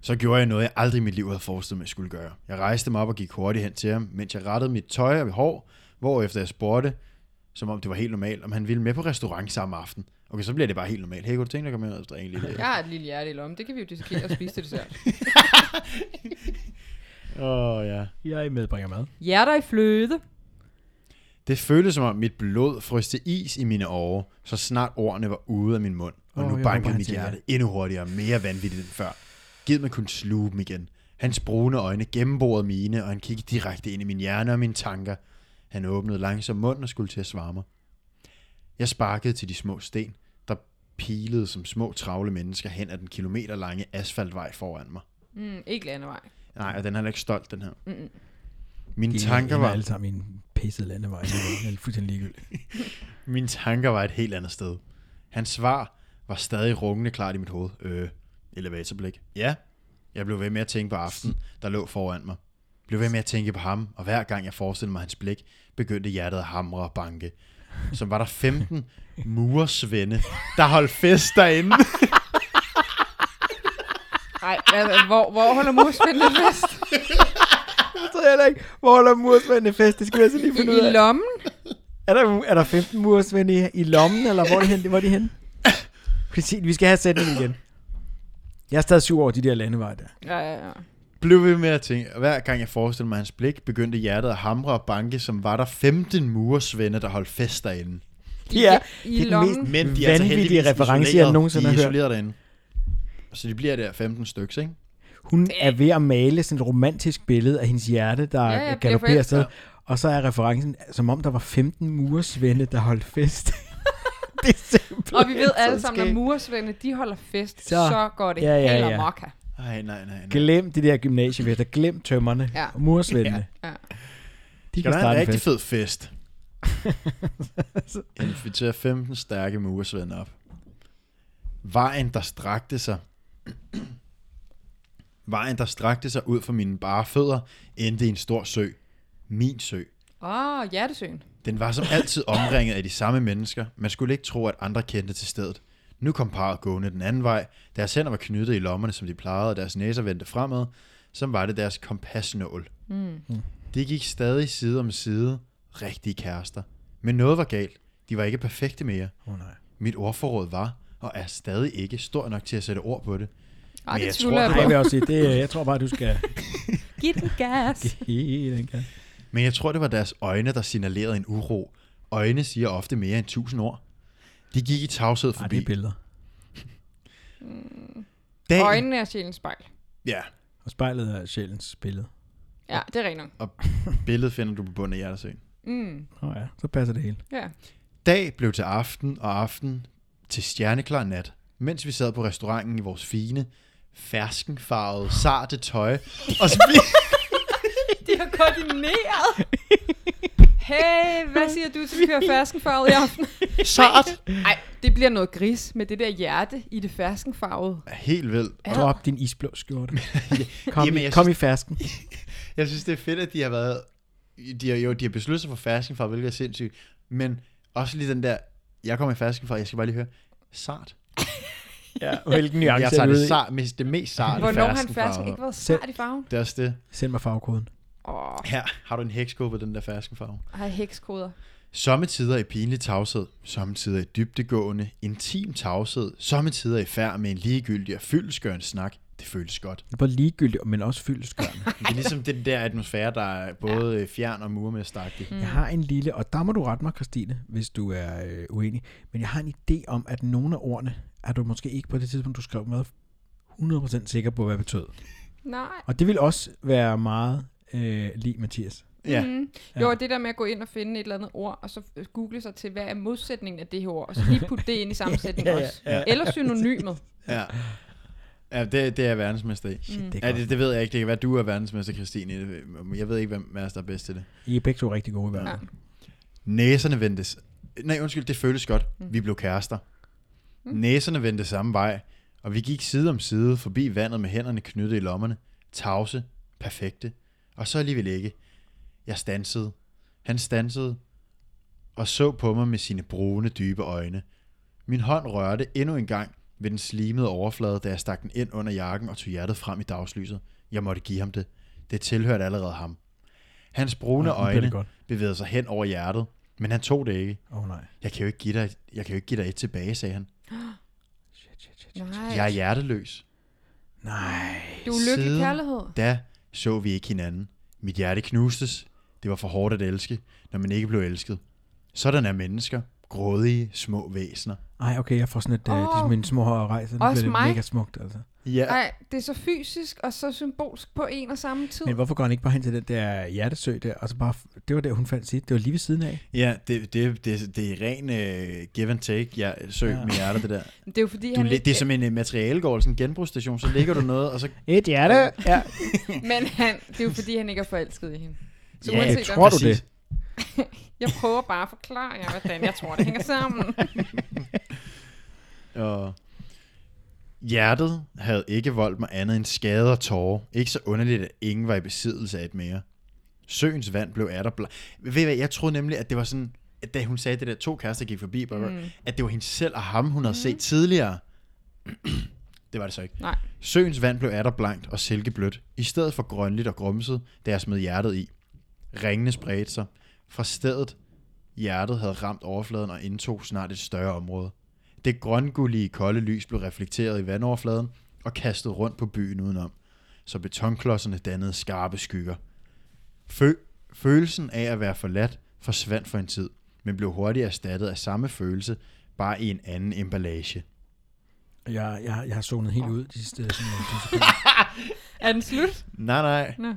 S2: Så gjorde jeg noget, jeg aldrig i mit liv havde forestillet mig, jeg skulle gøre. Jeg rejste mig op og gik hurtigt hen til ham, mens jeg rettede mit tøj og mit hår, hvorefter jeg spurgte, som om det var helt normalt, om han ville med på restaurant samme aften. Okay, så bliver det bare helt normalt. Hey, kunne du tænke dig at komme med efter en lille...
S4: Jeg har et lille hjerte i lommen. Det kan vi jo dissekere og spise til dessert.
S2: Åh, oh, ja.
S3: Jeg medbringer mad.
S4: Hjerter i fløde.
S2: Det føltes som om mit blod fryste is i mine årer, så snart ordene var ude af min mund. Og
S3: Åh,
S2: oh, nu
S3: jeg
S2: bankede
S3: håber, han
S2: mit
S3: tænker.
S2: hjerte endnu hurtigere og mere vanvittigt end før. Gid man kunne sluge dem igen. Hans brune øjne gennemborede mine, og han kiggede direkte ind i min hjerne og mine tanker. Han åbnede langsomt munden og skulle til at svare mig. Jeg sparkede til de små sten, der pilede som små travle mennesker hen ad den kilometerlange asfaltvej foran mig.
S4: Mm, ikke landevej.
S2: Nej, og den er heller ikke stolt, den her.
S4: Mm-mm.
S2: Mine
S3: De
S2: tanker
S3: ender
S2: var...
S3: alle sammen i en pisset landevej. Det er fuldstændig ligegyldigt.
S2: Mine tanker var et helt andet sted. Hans svar var stadig rungende klart i mit hoved. Øh, elevatorblik. Ja, jeg blev ved med at tænke på aftenen, der lå foran mig. Blev ved med at tænke på ham, og hver gang jeg forestillede mig hans blik, begyndte hjertet at hamre og banke. Som var der 15 muresvende, der holdt fest derinde.
S4: Nej, hvor, hvor holder mor spændende fest?
S3: Jeg tror heller ikke, hvor holder mursvendene fest. Det skal jeg så lige
S4: I, I lommen?
S3: Er der, er der 15 mursvende i, i lommen, eller hvor er de henne? Hvor er de henne? Christine, vi skal have sætningen igen. Jeg er stadig sur over de der landeveje der.
S4: Ja, ja, ja.
S2: Blev ved med at tænke, og hver gang jeg forestillede mig hans blik, begyndte hjertet at hamre og banke, som var der 15 muresvende, der holdt fest derinde.
S4: I,
S3: Ja,
S4: i
S3: det er den
S4: lommen.
S3: mest-
S2: Men de er altså
S3: Vanvittige
S2: heldigvis
S3: referencer, jeg
S2: isoleret.
S3: nogensinde
S2: de er
S3: har hørt.
S2: isoleret derinde. Så de bliver der 15 stykker, ikke?
S3: Hun er ved at male sådan et romantisk billede af hendes hjerte, der
S4: Ja,
S3: ja,
S4: ja,
S3: ja,
S4: bliver
S3: galopperer
S4: forelsket.
S3: sig. Og så er referencen, som om der var 15 muresvende, der holdt fest. det er simpelthen
S4: Og vi ved
S3: så
S4: alle sammen,
S3: skægt.
S4: når murersvende, de holder fest, så,
S3: Så-
S4: så går det ja, ja, ja. mokka.
S2: Ej, nej, nej, nej.
S3: Glem de der gymnasiefester. Glem tømmerne
S4: Ja.
S3: ja. og mursvendene.
S4: Ja. Ja.
S3: De
S2: Skal
S3: kan
S2: der have
S3: starte
S2: en
S3: en
S2: rigtig
S3: fest.
S2: fed fest? Inviterer 15 stærke muresvend op. Vejen, der strakte sig. Vejen, der strakte sig ud fra mine bare fødder, endte i en stor sø. Min sø.
S4: Åh, oh, hjertesøen.
S2: Den var som altid omringet af de samme mennesker. Man skulle ikke tro, at andre kendte til stedet. Nu kom parret gående den anden vej. Deres hænder var knyttet i lommerne, som de plejede, og deres næser vendte fremad. Som var det deres kompasnål. Mm. De gik stadig side om side. Rigtige kærester. Men noget var galt. De var ikke perfekte mere.
S3: Oh, nej.
S2: Mit ordforråd var, og er stadig ikke, stor nok til at sætte ord på det.
S4: Ej,
S2: Men
S4: det
S2: jeg
S4: tvivler
S2: tror,
S4: jeg
S3: Nej, jeg
S4: på.
S3: vil også sige, det, øh, jeg tror bare, du skal
S4: Giv den gas.
S3: give den kan.
S2: Men jeg tror, det var deres øjne, der signalerede en uro. Øjne siger ofte mere end tusind ord. De gik i tavshed
S3: Ej, det
S2: forbi.
S3: er billeder.
S2: Dagen-
S4: Øjnene er sjælens spejl.
S2: Ja,
S3: Og spejlet er sjælens billede.
S4: Ja, det er rent nok.
S2: Og billedet finder du på bunden af hjertesøen.
S4: Mm,
S3: Åh oh, ja, så passer det hele.
S4: ja.
S2: Dag blev til aften, og aften til stjerneklar nat, mens vi sad på restauranten i vores fine, ferskenfarvede, sarte tøj, og spiste...
S4: De har koordineret. Hey, hvad siger du til at køre ferskenfarvet i aften?
S2: Sart!
S4: Nej, det bliver noget gris med det der hjerte i det ferskenfarvede.
S2: Helt vildt.
S4: Ja.
S3: Drop din isblå skjorte. Kom,
S2: Jamen,
S3: i,
S2: jeg
S3: kom i fersken.
S2: Jeg synes, det er fedt, at de har været... De har, jo, de har besluttet sig for ferskenfarve, hvilket er sindssygt. Men også lige den der... Jeg kommer i ferskenfarve, jeg skal bare lige høre. Sart.
S3: Ja, hvilken nuance
S2: Jeg
S3: er
S2: tager
S3: du ude
S2: det,
S3: i?
S2: sar, mest- det mest sarte
S4: Hvornår har en fersken
S2: ferskenfarve.
S4: ikke været
S3: Selv-
S4: smart i farven?
S2: Det er også det.
S3: Send mig farvekoden.
S4: Åh,
S2: Her har du en hekskåbe, den der ferskenfarve.
S4: har hekskoder.
S2: Sommetider i pinlig tavshed, sommetider i dybtegående, intim tavshed, sommetider i færd med en ligegyldig og fyldeskørende snak. Det føles godt.
S3: Det er både ligegyldigt, men også fyldeskørende.
S2: Det er ligesom den der atmosfære, der er både øh, fjern og murmestagtig.
S3: Jeg har en lille, og der må du rette mig, Christine, hvis du er øh, uenig, men jeg har en idé om, at nogle af ordene er du måske ikke på det tidspunkt, du skrev med 100% sikker på, hvad det betød.
S4: Nej.
S3: Og det vil også være meget øh, lige Mathias.
S2: Ja,
S4: Mm.
S3: Ja.
S4: Jo, og det der med at gå ind og finde et eller andet ord, og så google sig til, hvad er modsætningen af det her ord, og så lige putte det ind i sammensætningen
S3: Ja, ja,
S4: også. Eller synonymet.
S2: ja. ja det, det er jeg verdensmester i.
S3: Shit, det
S2: Ja,
S3: er godt.
S2: det, det ved jeg ikke. Det kan være, du er verdensmester, Christine. i det, men Jeg ved ikke, hvem af os, der er bedst til det.
S3: I er begge to rigtig gode i verden.
S4: Ja.
S2: Næserne vendtes. Nej, undskyld, det føles godt. Vi blev kærester.
S3: Mm.
S2: Næserne vendte samme vej, og vi gik side om side forbi vandet med hænderne knyttet i lommerne. Tavse, perfekte, og så alligevel ikke. Jeg stansede. Han stansede og så på mig med sine brune, dybe øjne. Min hånd rørte endnu en gang ved den slimede overflade, da jeg stak den ind under jakken og tog hjertet frem i dagslyset. Jeg måtte give ham det. Det tilhørte allerede ham. Hans brune
S3: Ej, nu bliver det
S2: øjne
S3: godt.
S2: bevægede sig hen over hjertet, men han tog det ikke.
S3: Åh oh, nej.
S2: Jeg kan jo ikke give dig, jeg kan jo ikke give dig et tilbage, sagde han.
S3: Shit, shit, shit.
S4: Nej,
S2: Jeg er hjerteløs.
S3: Nej.
S4: du er lykkelig
S2: Siden-
S4: kærlighed.
S2: Da så vi ikke hinanden. Mit hjerte knustes. Det var for hårdt at elske, når man ikke blev elsket. Sådan er mennesker. Grådige, små væsener.
S3: Ej, okay, jeg får sådan et, oh. øh,
S4: Åh.
S3: det er mine små rejser. Det
S4: Også
S3: bliver
S4: mig.
S3: lidt mega smukt, altså.
S2: Ja,
S4: Nej, det er så fysisk og så symbolsk på en og samme tid.
S3: Men hvorfor går han ikke bare hen til den der hjertesø der, og så bare, f- det var der, hun fandt sit, det var lige ved siden af.
S2: ja det, det, det, det er ren øh, give and take. Jeg søg ja. med hjertet, det der.
S4: Men Det er jo fordi,
S2: Du,
S4: han
S2: læ- det er som en øh, materialegård, sådan en genbrugsstation. Så ligger du noget, og så...
S3: Et hjerte! Ja,
S4: Men han, det er jo fordi, han ikke er forelsket i hende. Så
S2: Ja, jeg
S4: uanset
S3: tror
S4: om,
S3: du det?
S2: Præcis.
S4: jeg prøver bare at forklare jer, hvordan jeg tror, det hænger sammen.
S2: Og hjertet havde ikke voldt mig andet end skade og tårer. Ikke så underligt, at ingen var i besiddelse af et mere. Søens vand blev atter bla- Ved I hvad, jeg troede nemlig, at det var sådan, at da hun sagde det der to kærester gik forbi, mm. at det var hende selv og ham, hun havde mm. set tidligere. det var det så ikke.
S4: Nej.
S2: Søens vand blev atter blankt og silkeblødt, i stedet for grønligt og grumset, da jeg smed hjertet i. Ringene spredte sig. Fra stedet, hjertet havde ramt overfladen og indtog snart et større område. Det grøngullige kolde lys blev reflekteret i vandoverfladen og kastet rundt på byen udenom, så betonklodserne dannede skarpe skygger. Fø- følelsen af at være forladt forsvandt for en tid, men blev hurtigt erstattet af samme følelse, bare i en anden emballage.
S3: Jeg, jeg, øh, jeg har zonet helt ud de sidste sådan, nogle tusind
S4: Er den slut?
S2: Nej, nej.
S4: Nå.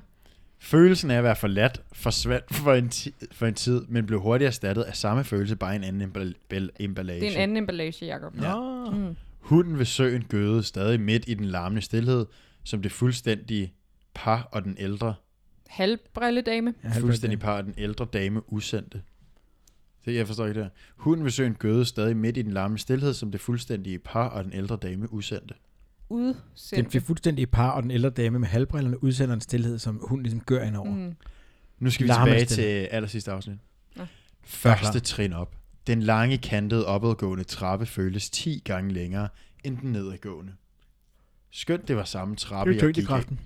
S2: Følelsen af at være forladt forsvandt for en, ti- for en tid, men blev hurtigt erstattet af samme følelse, bare i en anden embal- bel- emballage.
S4: Det er en anden emballage, Jacob.
S2: Ja.
S4: Mm.
S2: Hunden ved søen gøde stadig midt i den larmende stillhed, som det fuldstændige par og den ældre,
S4: Halvbrilledame.
S3: Ja, det var
S2: fuldstændig
S3: det.
S2: par og den ældre dame udsendte. Det, jeg forstår ikke det her. Hunden ved søen gøde stadig midt i den larmende stillhed, som det fuldstændige par og den ældre dame udsendte.
S3: Den
S4: Udsendt.
S3: bliver fuldstændig i par, og den ældre dame med halvbrillerne udsender en stillhed, som hun ligesom gør ind over. Mm.
S4: Mm.
S2: Nu skal vi
S3: Larmende
S2: tilbage
S3: stillhed.
S2: til allersidste afsnit.
S4: Nå.
S2: Første trin op. Den lange, kantede, opadgående trappe føles 10 gange længere end den nedadgående. Skønt det var samme trappe,
S3: Det er
S2: jeg gik af.
S3: tyngdekraften.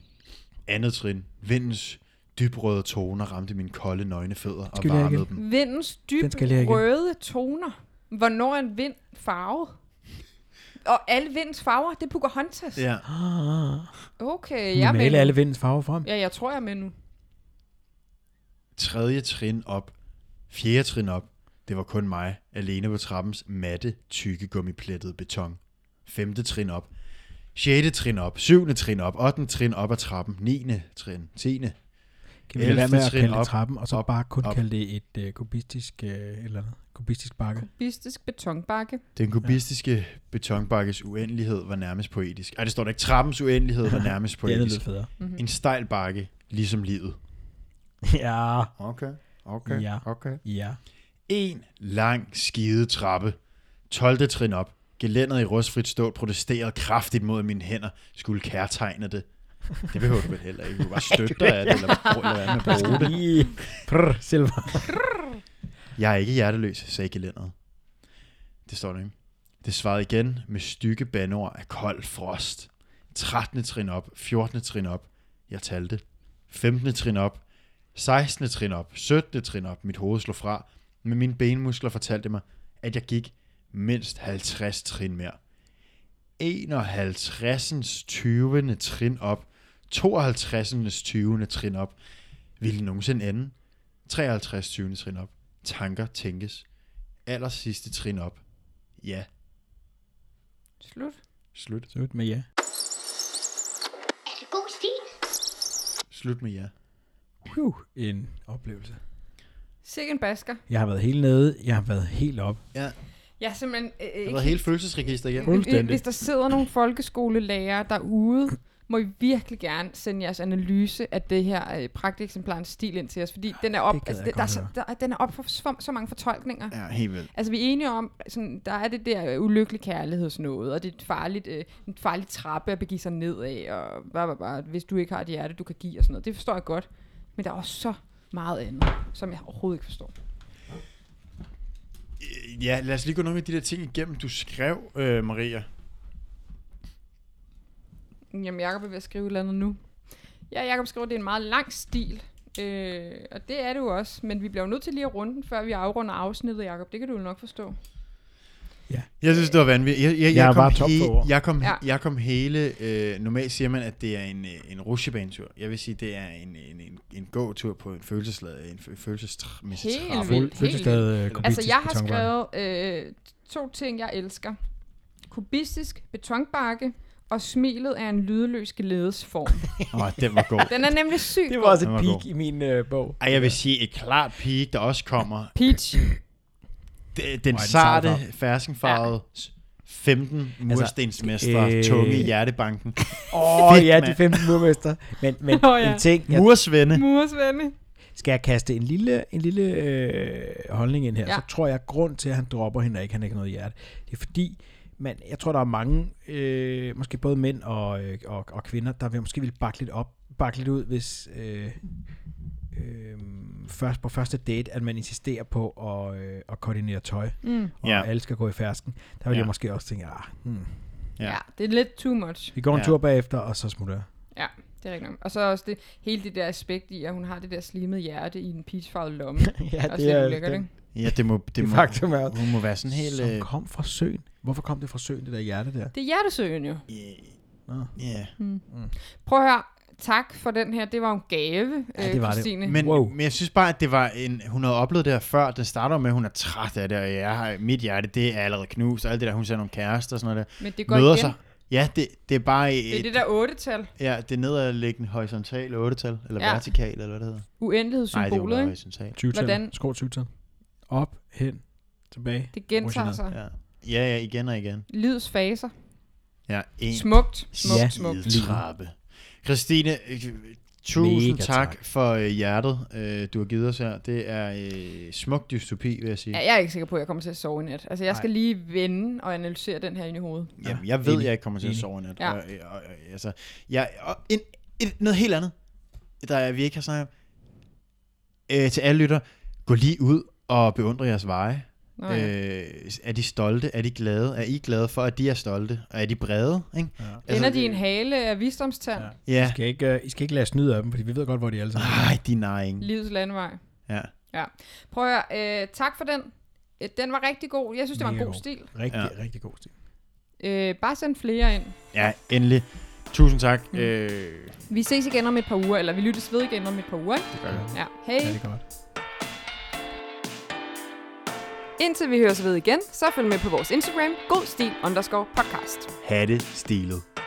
S2: Andet trin. Vindens dybrøde toner ramte mine kolde, nøgne fødder og
S3: Skal vi lære
S2: varmede
S3: igen?
S2: dem.
S4: Vindens
S3: Den
S4: dyb
S3: skal jeg lige have
S4: røde toner. Hvornår er en vind farvet? Og alle vindens farver, det er Puka Huntas.
S2: Ja.
S3: Ah,
S4: Okay, jeg
S3: ja,
S4: er med
S3: male
S4: nu.
S3: alle vindens farver frem.
S4: Ja, jeg tror, jeg er med nu.
S2: Tredje trin op. Fjerde trin op. Det var kun mig, alene på trappens matte, tykke, gummiplettede beton. Femte trin op. Sjette trin op. Syvende trin op. Ottende trin op ad trappen. Niende trin. Tiende.
S3: Kan vi lade være med at
S2: Elfte trin
S3: kalde
S2: op,
S3: det trappen, og så
S2: op,
S3: bare kun
S2: op.
S3: kalde det et øh, kubistisk, øh, eller andet, kubistisk bakke?
S4: Bistisk betonbakke.
S2: Den kubistiske ja. betonbakkes uendelighed var nærmest poetisk. Ej, det står der ikke. Trappens uendelighed var nærmest
S3: Det er
S2: poetisk.
S3: lidt federe.
S2: en stejl bakke, ligesom livet.
S3: Ja,
S2: Okay, okay,
S3: Ja.
S2: okay.
S3: ja.
S2: En lang skide trappe. 12. trin op. Gelænderet i rustfrit stål protesterede kraftigt mod, at mine hænder skulle kærtegne det. Det behøver du vel heller ikke. Du kan bare støtte dig af det, eller, eller hvad med at bruge det.
S3: Lige. Prr, silver.
S2: Jeg er ikke hjerteløs, sagde gelænderet. Det står der ikke. Det svarede igen med stykke bandord af kold frost. 13. trin op, 14. trin op. Jeg talte. 15. trin op, 16. trin op, 17. trin op. Mit hoved slog fra, men mine benmuskler fortalte mig, at jeg gik mindst 50 trin mere. 51. 20. trin op, 52. 20. trin op. Ville det nogensinde ende? 53. 20. trin op. Tanker tænkes. Aller sidste trin op. Ja.
S4: Slut.
S2: Slut.
S3: Slut med ja.
S1: Er det god stil?
S2: Slut med ja.
S3: Huh, en oplevelse.
S4: Sikken basker.
S3: Jeg har været helt nede, jeg har været helt op.
S4: Jeg er simpelthen øh,
S2: Det
S4: ikke
S2: har været hele følelsesregister igen.
S4: Fuldstændig. Hvis der sidder nogle folkeskolelærere derude, må I virkelig gerne sende jeres analyse af det her øh, pragteksemplarens stil ind til os, fordi den er op,
S3: Det gad
S4: altså,
S3: jeg
S4: det, der, er
S3: godt
S4: så, der, den er op for så, så mange fortolkninger.
S2: Ja, helt vildt.
S4: Altså, vi er enige om, sådan, der er det der øh, ulykkelig kærlighedsnåde, og det er et farligt, øh, en farlig trappe at begive sig ned af, og bare, bare, bare, hvis du ikke har et hjerte, du kan give, og sådan noget. Det forstår jeg godt. Men der er også så meget andet, som jeg overhovedet ikke forstår.
S2: Øh, Ja, lad os lige gå nogle af de der ting igennem, du skrev, øh, Maria.
S4: Jamen, Jacob er ved at skrive et eller andet nu. Ja, Jacob skriver, at det er en meget lang stil. Øh, og det er det jo også, men vi bliver jo nødt til lige at runde den, før vi afrunder afsnittet, Jacob. Det kan du jo nok forstå.
S2: Jeg synes, det var vanvittigt. Jeg, jeg, jeg,
S3: Jeg er
S2: kom,
S3: bare top for ord.
S2: jeg, kom,
S4: Ja.
S2: jeg kom hele... Øh, normalt siger man, at det er en, øh, en rutsjebanetur. Jeg vil sige, det er en, en, en, en gåtur på en følelseslad, en fø- følelsesmæssig
S4: Helt
S2: trappe.
S4: vildt.
S3: Fødselsdag øh, kubistisk
S4: Altså, jeg har
S3: betonvej.
S4: skrevet øh, to ting, jeg elsker. Kubistisk betonbakke og smilet er en lydløs glædesform.
S2: Åh, den var god.
S4: Den er nemlig syg.
S3: Det var også
S2: Den
S3: et
S2: var
S3: peak
S2: god.
S3: i min øh, bog.
S2: Ej, jeg vil sige, et klart peak, der også kommer.
S4: Peach.
S2: Den, den
S3: Hvor er den
S2: sarte,
S3: sart
S2: ferskenfarvede, 15 murstensmestre,
S3: Altså, øh,
S2: tunge i hjertebanken.
S3: Åh,
S2: Fedt,
S3: oh, ja,
S2: mand.
S3: de 15 murmester. Men, men
S4: Nå, ja.
S3: en ting, jeg,
S2: Mursvende.
S4: Mursvende.
S3: skal jeg kaste en lille, en lille øh, holdning ind her,
S4: Ja.
S3: ja. så tror jeg, at grund til, at han dropper hende, og ikke han ikke har noget hjerte, det er fordi, man, jeg tror, der er mange, øh, måske både mænd og, øh, og, og kvinder, der vil, måske vil bakke lidt op, bakke lidt ud, hvis øh, øh, først på første date, at man insisterer på at, øh, at koordinere tøj,
S4: Mm.
S3: og
S2: Ja.
S3: ja. alle skal gå i fersken. Der vil
S2: Ja.
S3: ja. jeg måske også tænke, ah, hmm,
S2: Ja.
S4: Ja. ja, det er lidt too much.
S3: vi går en
S2: Ja.
S3: ja. tur bagefter, og så smutter jeg.
S4: Ja, det er rigtigt nok. Og så også det, hele det der aspekt i, at hun har det der slimede hjerte i en peachfarvet lomme.
S3: ja,
S4: det er også lidt ulækkert, ikke?
S2: Ja, det må, det
S3: Det
S2: må,
S3: faktum er,
S2: hun må være sådan helt...
S3: som
S2: Øh,
S3: kom fra søen. Hvorfor kom det fra søen, det der hjerte der?
S4: Det er hjertesøgen jo.
S3: Nå.
S2: ja.
S4: Prøv at høre. Tak for den her. Det var en gave,
S3: Ja,
S4: øh,
S3: det var det.
S4: Christine.
S2: Men,
S3: Wow.
S2: men jeg synes bare, at det var en, hun havde oplevet det her før. Den starter med, at hun er træt af det, og jeg har, mit hjerte, det er allerede knust, og alt det der, hun ser nogle kærester og sådan noget der.
S4: Men det går
S2: Møder
S4: igen.
S2: sig Ja, det, det er bare et,
S4: Det er det der otte-tal.
S2: ja, det er nedadliggende horisontal 8-tal, eller
S4: Ja.
S2: ja. vertikal, eller hvad det hedder. Nej, det er jo
S4: Uendelighetssymbolet,
S2: bare
S4: ikke?
S2: horisontal.
S3: 20
S4: Hvordan-
S3: Skår 20 -tal. Op, hen, tilbage.
S4: Det gentager sig.
S2: Ja. ja, ja, igen og igen.
S4: Livets faser.
S2: Ja, en
S4: Smukt, smukt,
S3: Ja.
S4: smukt.
S2: Lille trappe. Christine, øh, tusind
S3: Mega
S2: tak,
S3: tak.
S2: tak for øh, hjertet, øh, du har givet os her. Det er øh, smuk dystopi, vil jeg sige.
S4: Ja, jeg er ikke sikker på, at jeg kommer til at sove i nat. Altså, jeg skal lige vende og analysere den her ind i hovedet.
S2: Jamen, jeg ved,
S3: Enig.
S2: jeg ikke kommer til at
S3: Enig.
S2: sove i nat.
S4: Ja.
S2: Ja. Og, og, og, altså, jeg, og en, et, noget helt andet, der er- vi ikke har snakket om. Øh, til alle lytter, gå lige ud og beundre jeres veje.
S4: Nå, ja.
S2: Øh, er de stolte? Er de glade? Er I glade for, at de er stolte? Og er de brede? Ikke? Altså,
S3: Ja.
S4: Ender de i en hale af visdomstand?
S3: altså, øh, Ja.
S4: Ja.
S3: I
S2: Ja.
S3: skal, ikke, øh, I skal ikke lade snyde af dem, fordi vi ved godt, hvor de alle sammen er.
S2: Ej, de nej.
S4: Livets landevej.
S2: Ja.
S4: Ja. Prøv at høre, øh, tak for den. Øh, Den var rigtig god. Jeg synes, det var en
S3: Mega
S4: god
S3: god.
S4: stil.
S3: Rigtig, ja. rigtig god stil.
S4: Øh, bare send flere ind.
S2: ja, endelig. Tusind tak. Mm. Øh,
S4: Vi ses igen om et par uger, eller vi lyttes ved igen om et par uger. ikke?
S2: det gør jeg.
S4: Ja, hej.
S3: Ja, det er godt.
S4: Indtil vi høres ved igen, så følg med på vores Instagram, godstil underscore podcast.
S2: Hatte stilet.